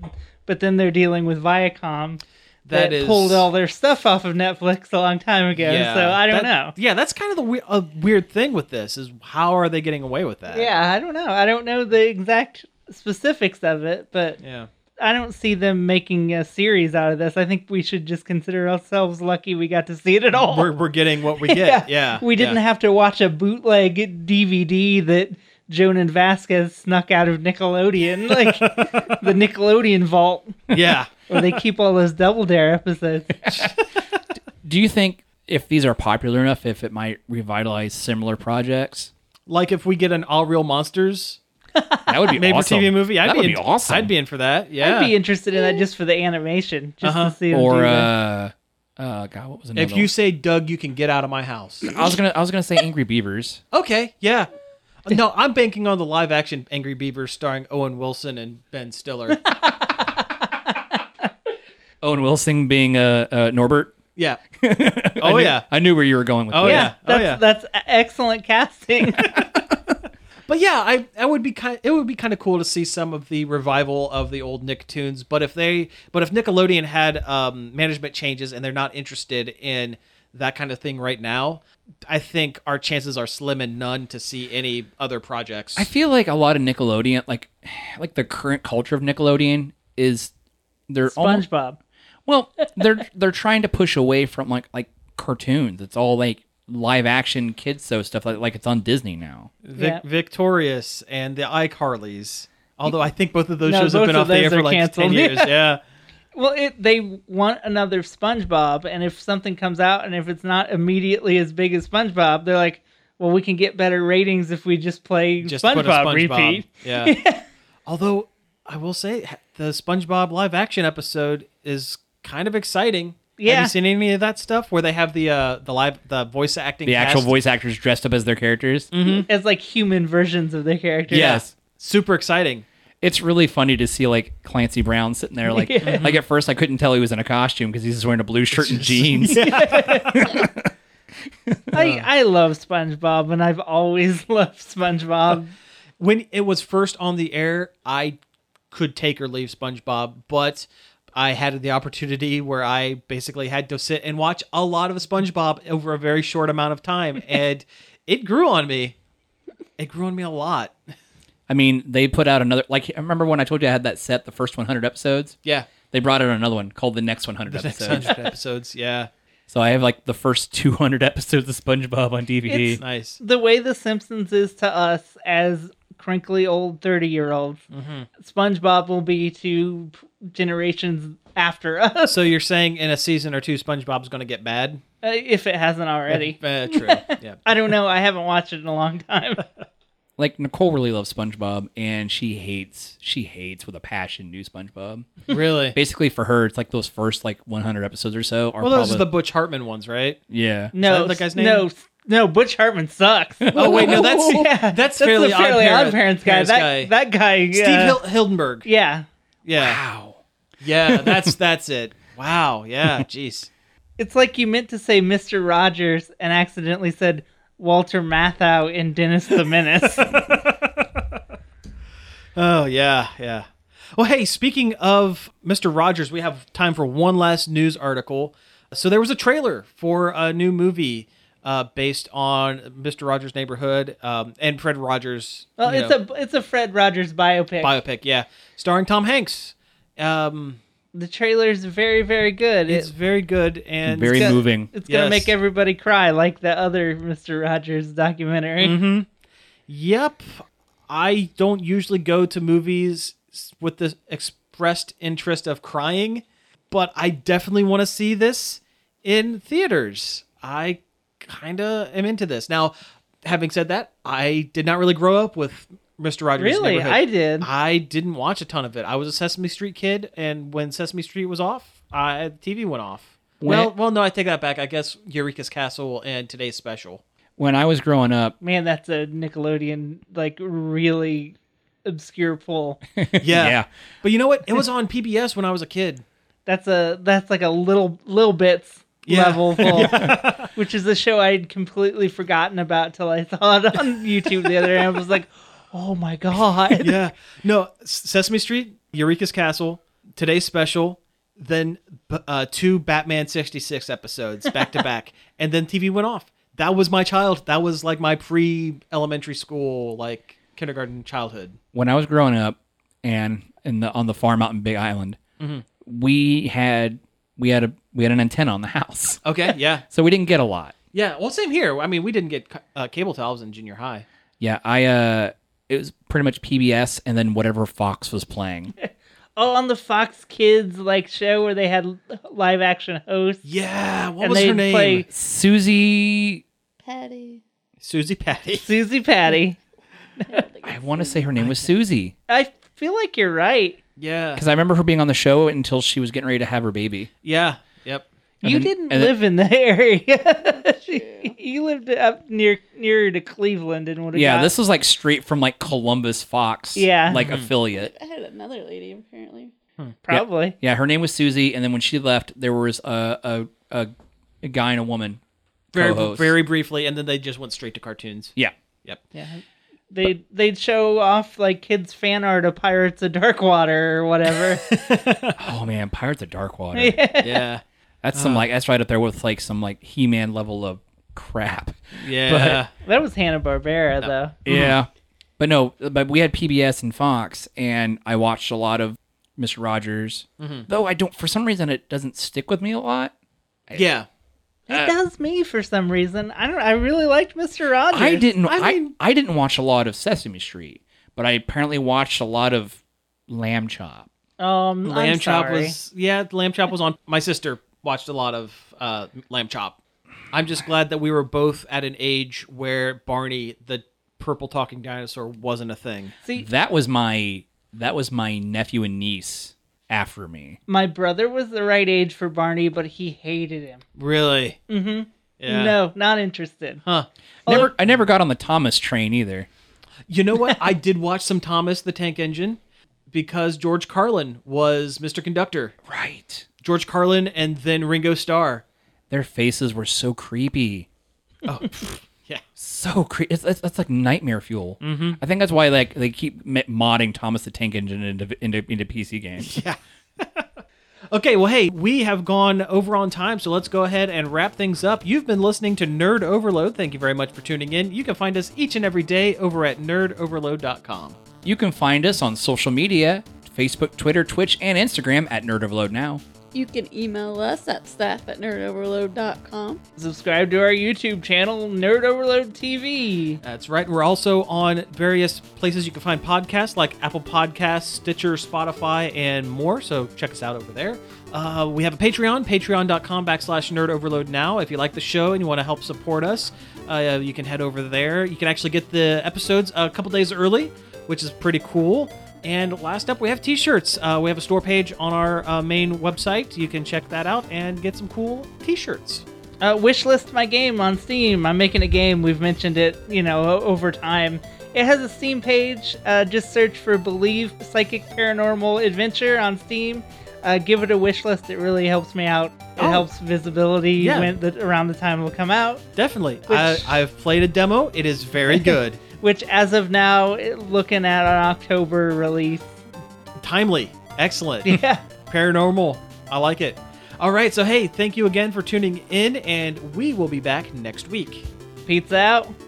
but then they're dealing with Viacom that,
That is-
pulled all their stuff off of Netflix a long time ago.
Yeah.
so I don't
That-
know.
Yeah, that's kind of the we- a weird thing with this is how are they getting away with that?
Yeah, I don't know. I don't know the exact specifics of it, but
Yeah.
I don't see them making a series out of this. I think we should just consider ourselves lucky we got to see it at all.
We're, we're getting what we get. Yeah.
We didn't
yeah.
have to watch a bootleg DVD that Jonan Vasquez snuck out of Nickelodeon, like the Nickelodeon vault
Yeah.
where they keep all those Double Dare episodes.
Do you think if these are popular enough, if it might revitalize similar projects?
like if we get an All Real Monsters
That would be
made
awesome.
for TV movie, I'd
that
be,
would
in,
be awesome.
I'd be in for that. Yeah. Uh-huh.
I'd be interested in that just for the animation, just to see. them do
or
that.
uh, uh, God, what was another?
if you
one?
say Doug, you can get out of my house.
I was gonna, I was gonna say Angry Beavers.
okay. Yeah. No, I'm banking on the live action Angry Beavers starring Owen Wilson and Ben Stiller.
Owen Wilson being uh, uh Norbert.
Yeah. Oh yeah.
I knew where you were going with
Oh
that.
yeah. Oh
that's,
yeah.
that's e- excellent casting.
But yeah, I, I would be kind it would be kind of cool to see some of the revival of the old Nicktoons, but if they but if Nickelodeon had um, management changes and they're not interested in that kind of thing right now, I think our chances are slim and none to see any other projects.
I feel like a lot of Nickelodeon, like like the current culture of Nickelodeon is they're almost
SpongeBob.
well they're they're trying to push away from like like cartoons. It's all like live action kids so stuff like like it's on Disney now.
Vic-
Yeah.
Victorious and the iCarlies. Although I think both of those
No,
shows have
both
been
of
off the air
those
for
are
like
canceled.
ten years. Yeah.
Well, it, they want another SpongeBob, and if something comes out and if it's not immediately as big as SpongeBob, they're like, "Well, we can get better ratings if we just play
Just
SpongeBob,
put a SpongeBob.
repeat."
Yeah. Although I will say h- the SpongeBob live action episode is kind of exciting. Have
Yeah.
you seen any of that stuff where they have the uh the live the voice acting
The actual
cast?
voice actors dressed up as their characters.
Mm-hmm.
As like human versions of their characters.
Yes.
Super exciting.
It's really funny to see like Clancy Brown sitting there like like at first I couldn't tell he was in a costume because he's just wearing a blue shirt and jeans.
Uh-huh.
I, I love SpongeBob, and I've always loved SpongeBob.
When it was first on the air, I could take or leave SpongeBob, but I had the opportunity where I basically had to sit and watch a lot of SpongeBob over a very short amount of time and it grew on me. It grew on me a lot.
I mean, they put out another like I remember when I told you I had that set the first 100 episodes.
Yeah.
They brought out another one called the next 100
Next
episodes.
100 episodes, yeah.
So I have like the first 200 episodes of SpongeBob on DVD.
It's-
Nice.
the way the simpsons is to us as crinkly old 30 year olds.
Mm-hmm.
SpongeBob will be to generations after us
So you're saying in a season or two, SpongeBob's going to get bad?
uh, if it hasn't already.
Uh, true. yeah.
I don't know. I haven't watched it in a long time.
Like Nicole really loves SpongeBob, and she hates she hates with a passion new SpongeBob.
Really?
Basically, for her, it's like those first like 100 episodes or so are
Well, those are
probably
the Butch Hartman ones, right?
yeah.
No,
that the guy's name?
no, no. Butch Hartman sucks.
Oh wait, no, that's
yeah,
that's
the
fairly,
fairly
odd,
odd parents guy.
Parents
that
guy.
that guy.
Steve
uh,
Hil- Hildenberg.
Yeah,
Yeah. Wow. Yeah, that's that's it. Wow. Yeah. Jeez.
it's like you meant to say Mister Rogers and accidentally said Walter Matthau in Dennis the Menace.
Oh yeah, yeah. Well, hey, speaking of Mr. Rogers, we have time for one last news article. So there was a trailer for a new movie uh, based on Mr. Rogers' Neighborhood um, and Fred Rogers.
well,
you
Uh, it's
know,
a it's a Fred Rogers biopic.
biopic, yeah, starring Tom Hanks. Um,
the trailer's very very good.
it's
It-
very good and
Very
it's got-
moving.
it's gonna
yes.
make everybody cry like the other Mister Rogers documentary.
Mm-hmm. Yep. I don't usually go to movies s- with the expressed interest of crying, but I definitely want to see this in theaters. I kind of am into this. Now, having said that, I did not really grow up with Mr. Rogers'
Really,
Neighborhood.
I did.
I didn't watch a ton of it. I was a Sesame Street kid, and when Sesame Street was off, I, the TV went off. well, well, no, I take that back. I guess Eureka's Castle and today's special.
When I was growing up,
Man, that's a Nickelodeon like really obscure pull.
Yeah.
Yeah.
But you know what? It was on PBS when I was a kid.
That's a that's like a little little bits
Yeah.
level full, which is a show I'd completely forgotten about till I saw it on YouTube the other day. I was like, oh my god,
Yeah. No, S- Sesame Street, Eureka's Castle, Today's Special, then b- uh, two Batman 66 episodes back to back. And then TV went off. That was my child. That was like my pre elementary school, like kindergarten childhood.
when I was growing up, and in the on the farm out in Big Island,
Mm-hmm.
we had we had a we had an antenna on the house,
Okay. Yeah.
so we didn't get a lot.
Yeah. Well, same here. I mean, we didn't get ca- uh, cable towels in junior high.
Yeah, I uh, it was pretty much PBS and then whatever Fox was playing.
oh on the Fox Kids like show where they had live action hosts.
Yeah. What
and
was
they'd
her name?
play
Susie,
Patty.
Susie Patty.
Susie Patty.
I want to say her name was Susie
I feel like you're right.
Yeah.
because I remember her being on the show until she was getting ready to have her baby.
Yeah. Yep.
you
then-
didn't
and then-
live in the area. you lived up near nearer to Cleveland and would have
Yeah,
got-
this was like straight from like Columbus Fox,
Yeah. Mm-hmm.
like affiliate.
I had another lady apparently.
Probably.
Yeah, her name was Susie, and then when she left, there was a a, a, a guy and a woman.
Very,
co-host.
very briefly. And then they just went straight to cartoons.
Yeah,
Yep.
They they'd show off like kids fan art of Pirates of Darkwater or whatever.
Oh man, Pirates of Dark Water.
Yeah. Uh.
That's some like that's right up there with like some like He Man level of crap.
Yeah.
that was Hanna Barbera though.
Mm-hmm.
Yeah. But no, but we had PBS and Fox, and I watched a lot of Mr. Rogers.
Mm-hmm.
Though I don't, for some reason, it doesn't stick with me a lot.
yeah.
it does me for some reason. I don't. I really liked Mister Rogers.
I didn't.
I
I,
mean-
I didn't watch a lot of Sesame Street, but I apparently watched a lot of Lamb Chop.
Um,
Lamb
I'm
chop
sorry.
was yeah, lamb chop was on. My sister watched a lot of uh, lamb chop. I'm just glad that we were both at an age where Barney the purple talking dinosaur wasn't a thing.
That was my that was my nephew and niece after me.
My brother was the right age for Barney, but he hated him.
Really? Mm-hmm. Yeah.
No, not interested.
Huh.
Never, I never got on the Thomas train either.
You know what? I did watch some Thomas the Tank Engine because George Carlin was Mr. Conductor.
Right.
George Carlin and then Ringo Starr.
Their faces were so creepy.
Yeah.
so creepy. It's, it's, it's like nightmare fuel. Mm-hmm. I think that's why like they keep m- modding Thomas the Tank Engine into into, into PC games.
Okay, well, hey, we have gone over on time, so let's go ahead and wrap things up. You've been listening to Nerd Overload. Thank you very much for tuning in. You can find us each and every day over at nerdoverload.com.
You can find us on social media: Facebook, Twitter, Twitch, and Instagram at Nerd Overload Now.
You can email us at staff at nerdoverload.com.
Subscribe to our YouTube channel, Nerd Overload TV.
That's right. We're also on various places you can find podcasts like Apple Podcasts, Stitcher, Spotify, and more. So check us out over there. Uh, we have a Patreon, patreon.com backslash nerd overload now. If you like the show and you want to help support us, uh, you can head over there. You can actually get the episodes a couple days early, which is pretty cool. And last up, we have t shirts. Uh, we have a store page on our uh, main website. You can check that out and get some cool t shirts.
Uh, wishlist my game on Steam. I'm making a game. We've mentioned it, you know, o- over time. It has a Steam page. Uh, just search for Believe Psychic Paranormal Adventure on Steam. Uh, give it a wish list. It really helps me out. It
Oh.
helps visibility
Yeah.
when the, around the time it will come out.
Definitely. I, I've played a demo, it is very good.
Which, as of now, it- looking at an October release,
Timely. Excellent.
yeah.
Paranormal. I like it. All right. So, hey, thank you again for tuning in, and we will be back next week.
Pizza out.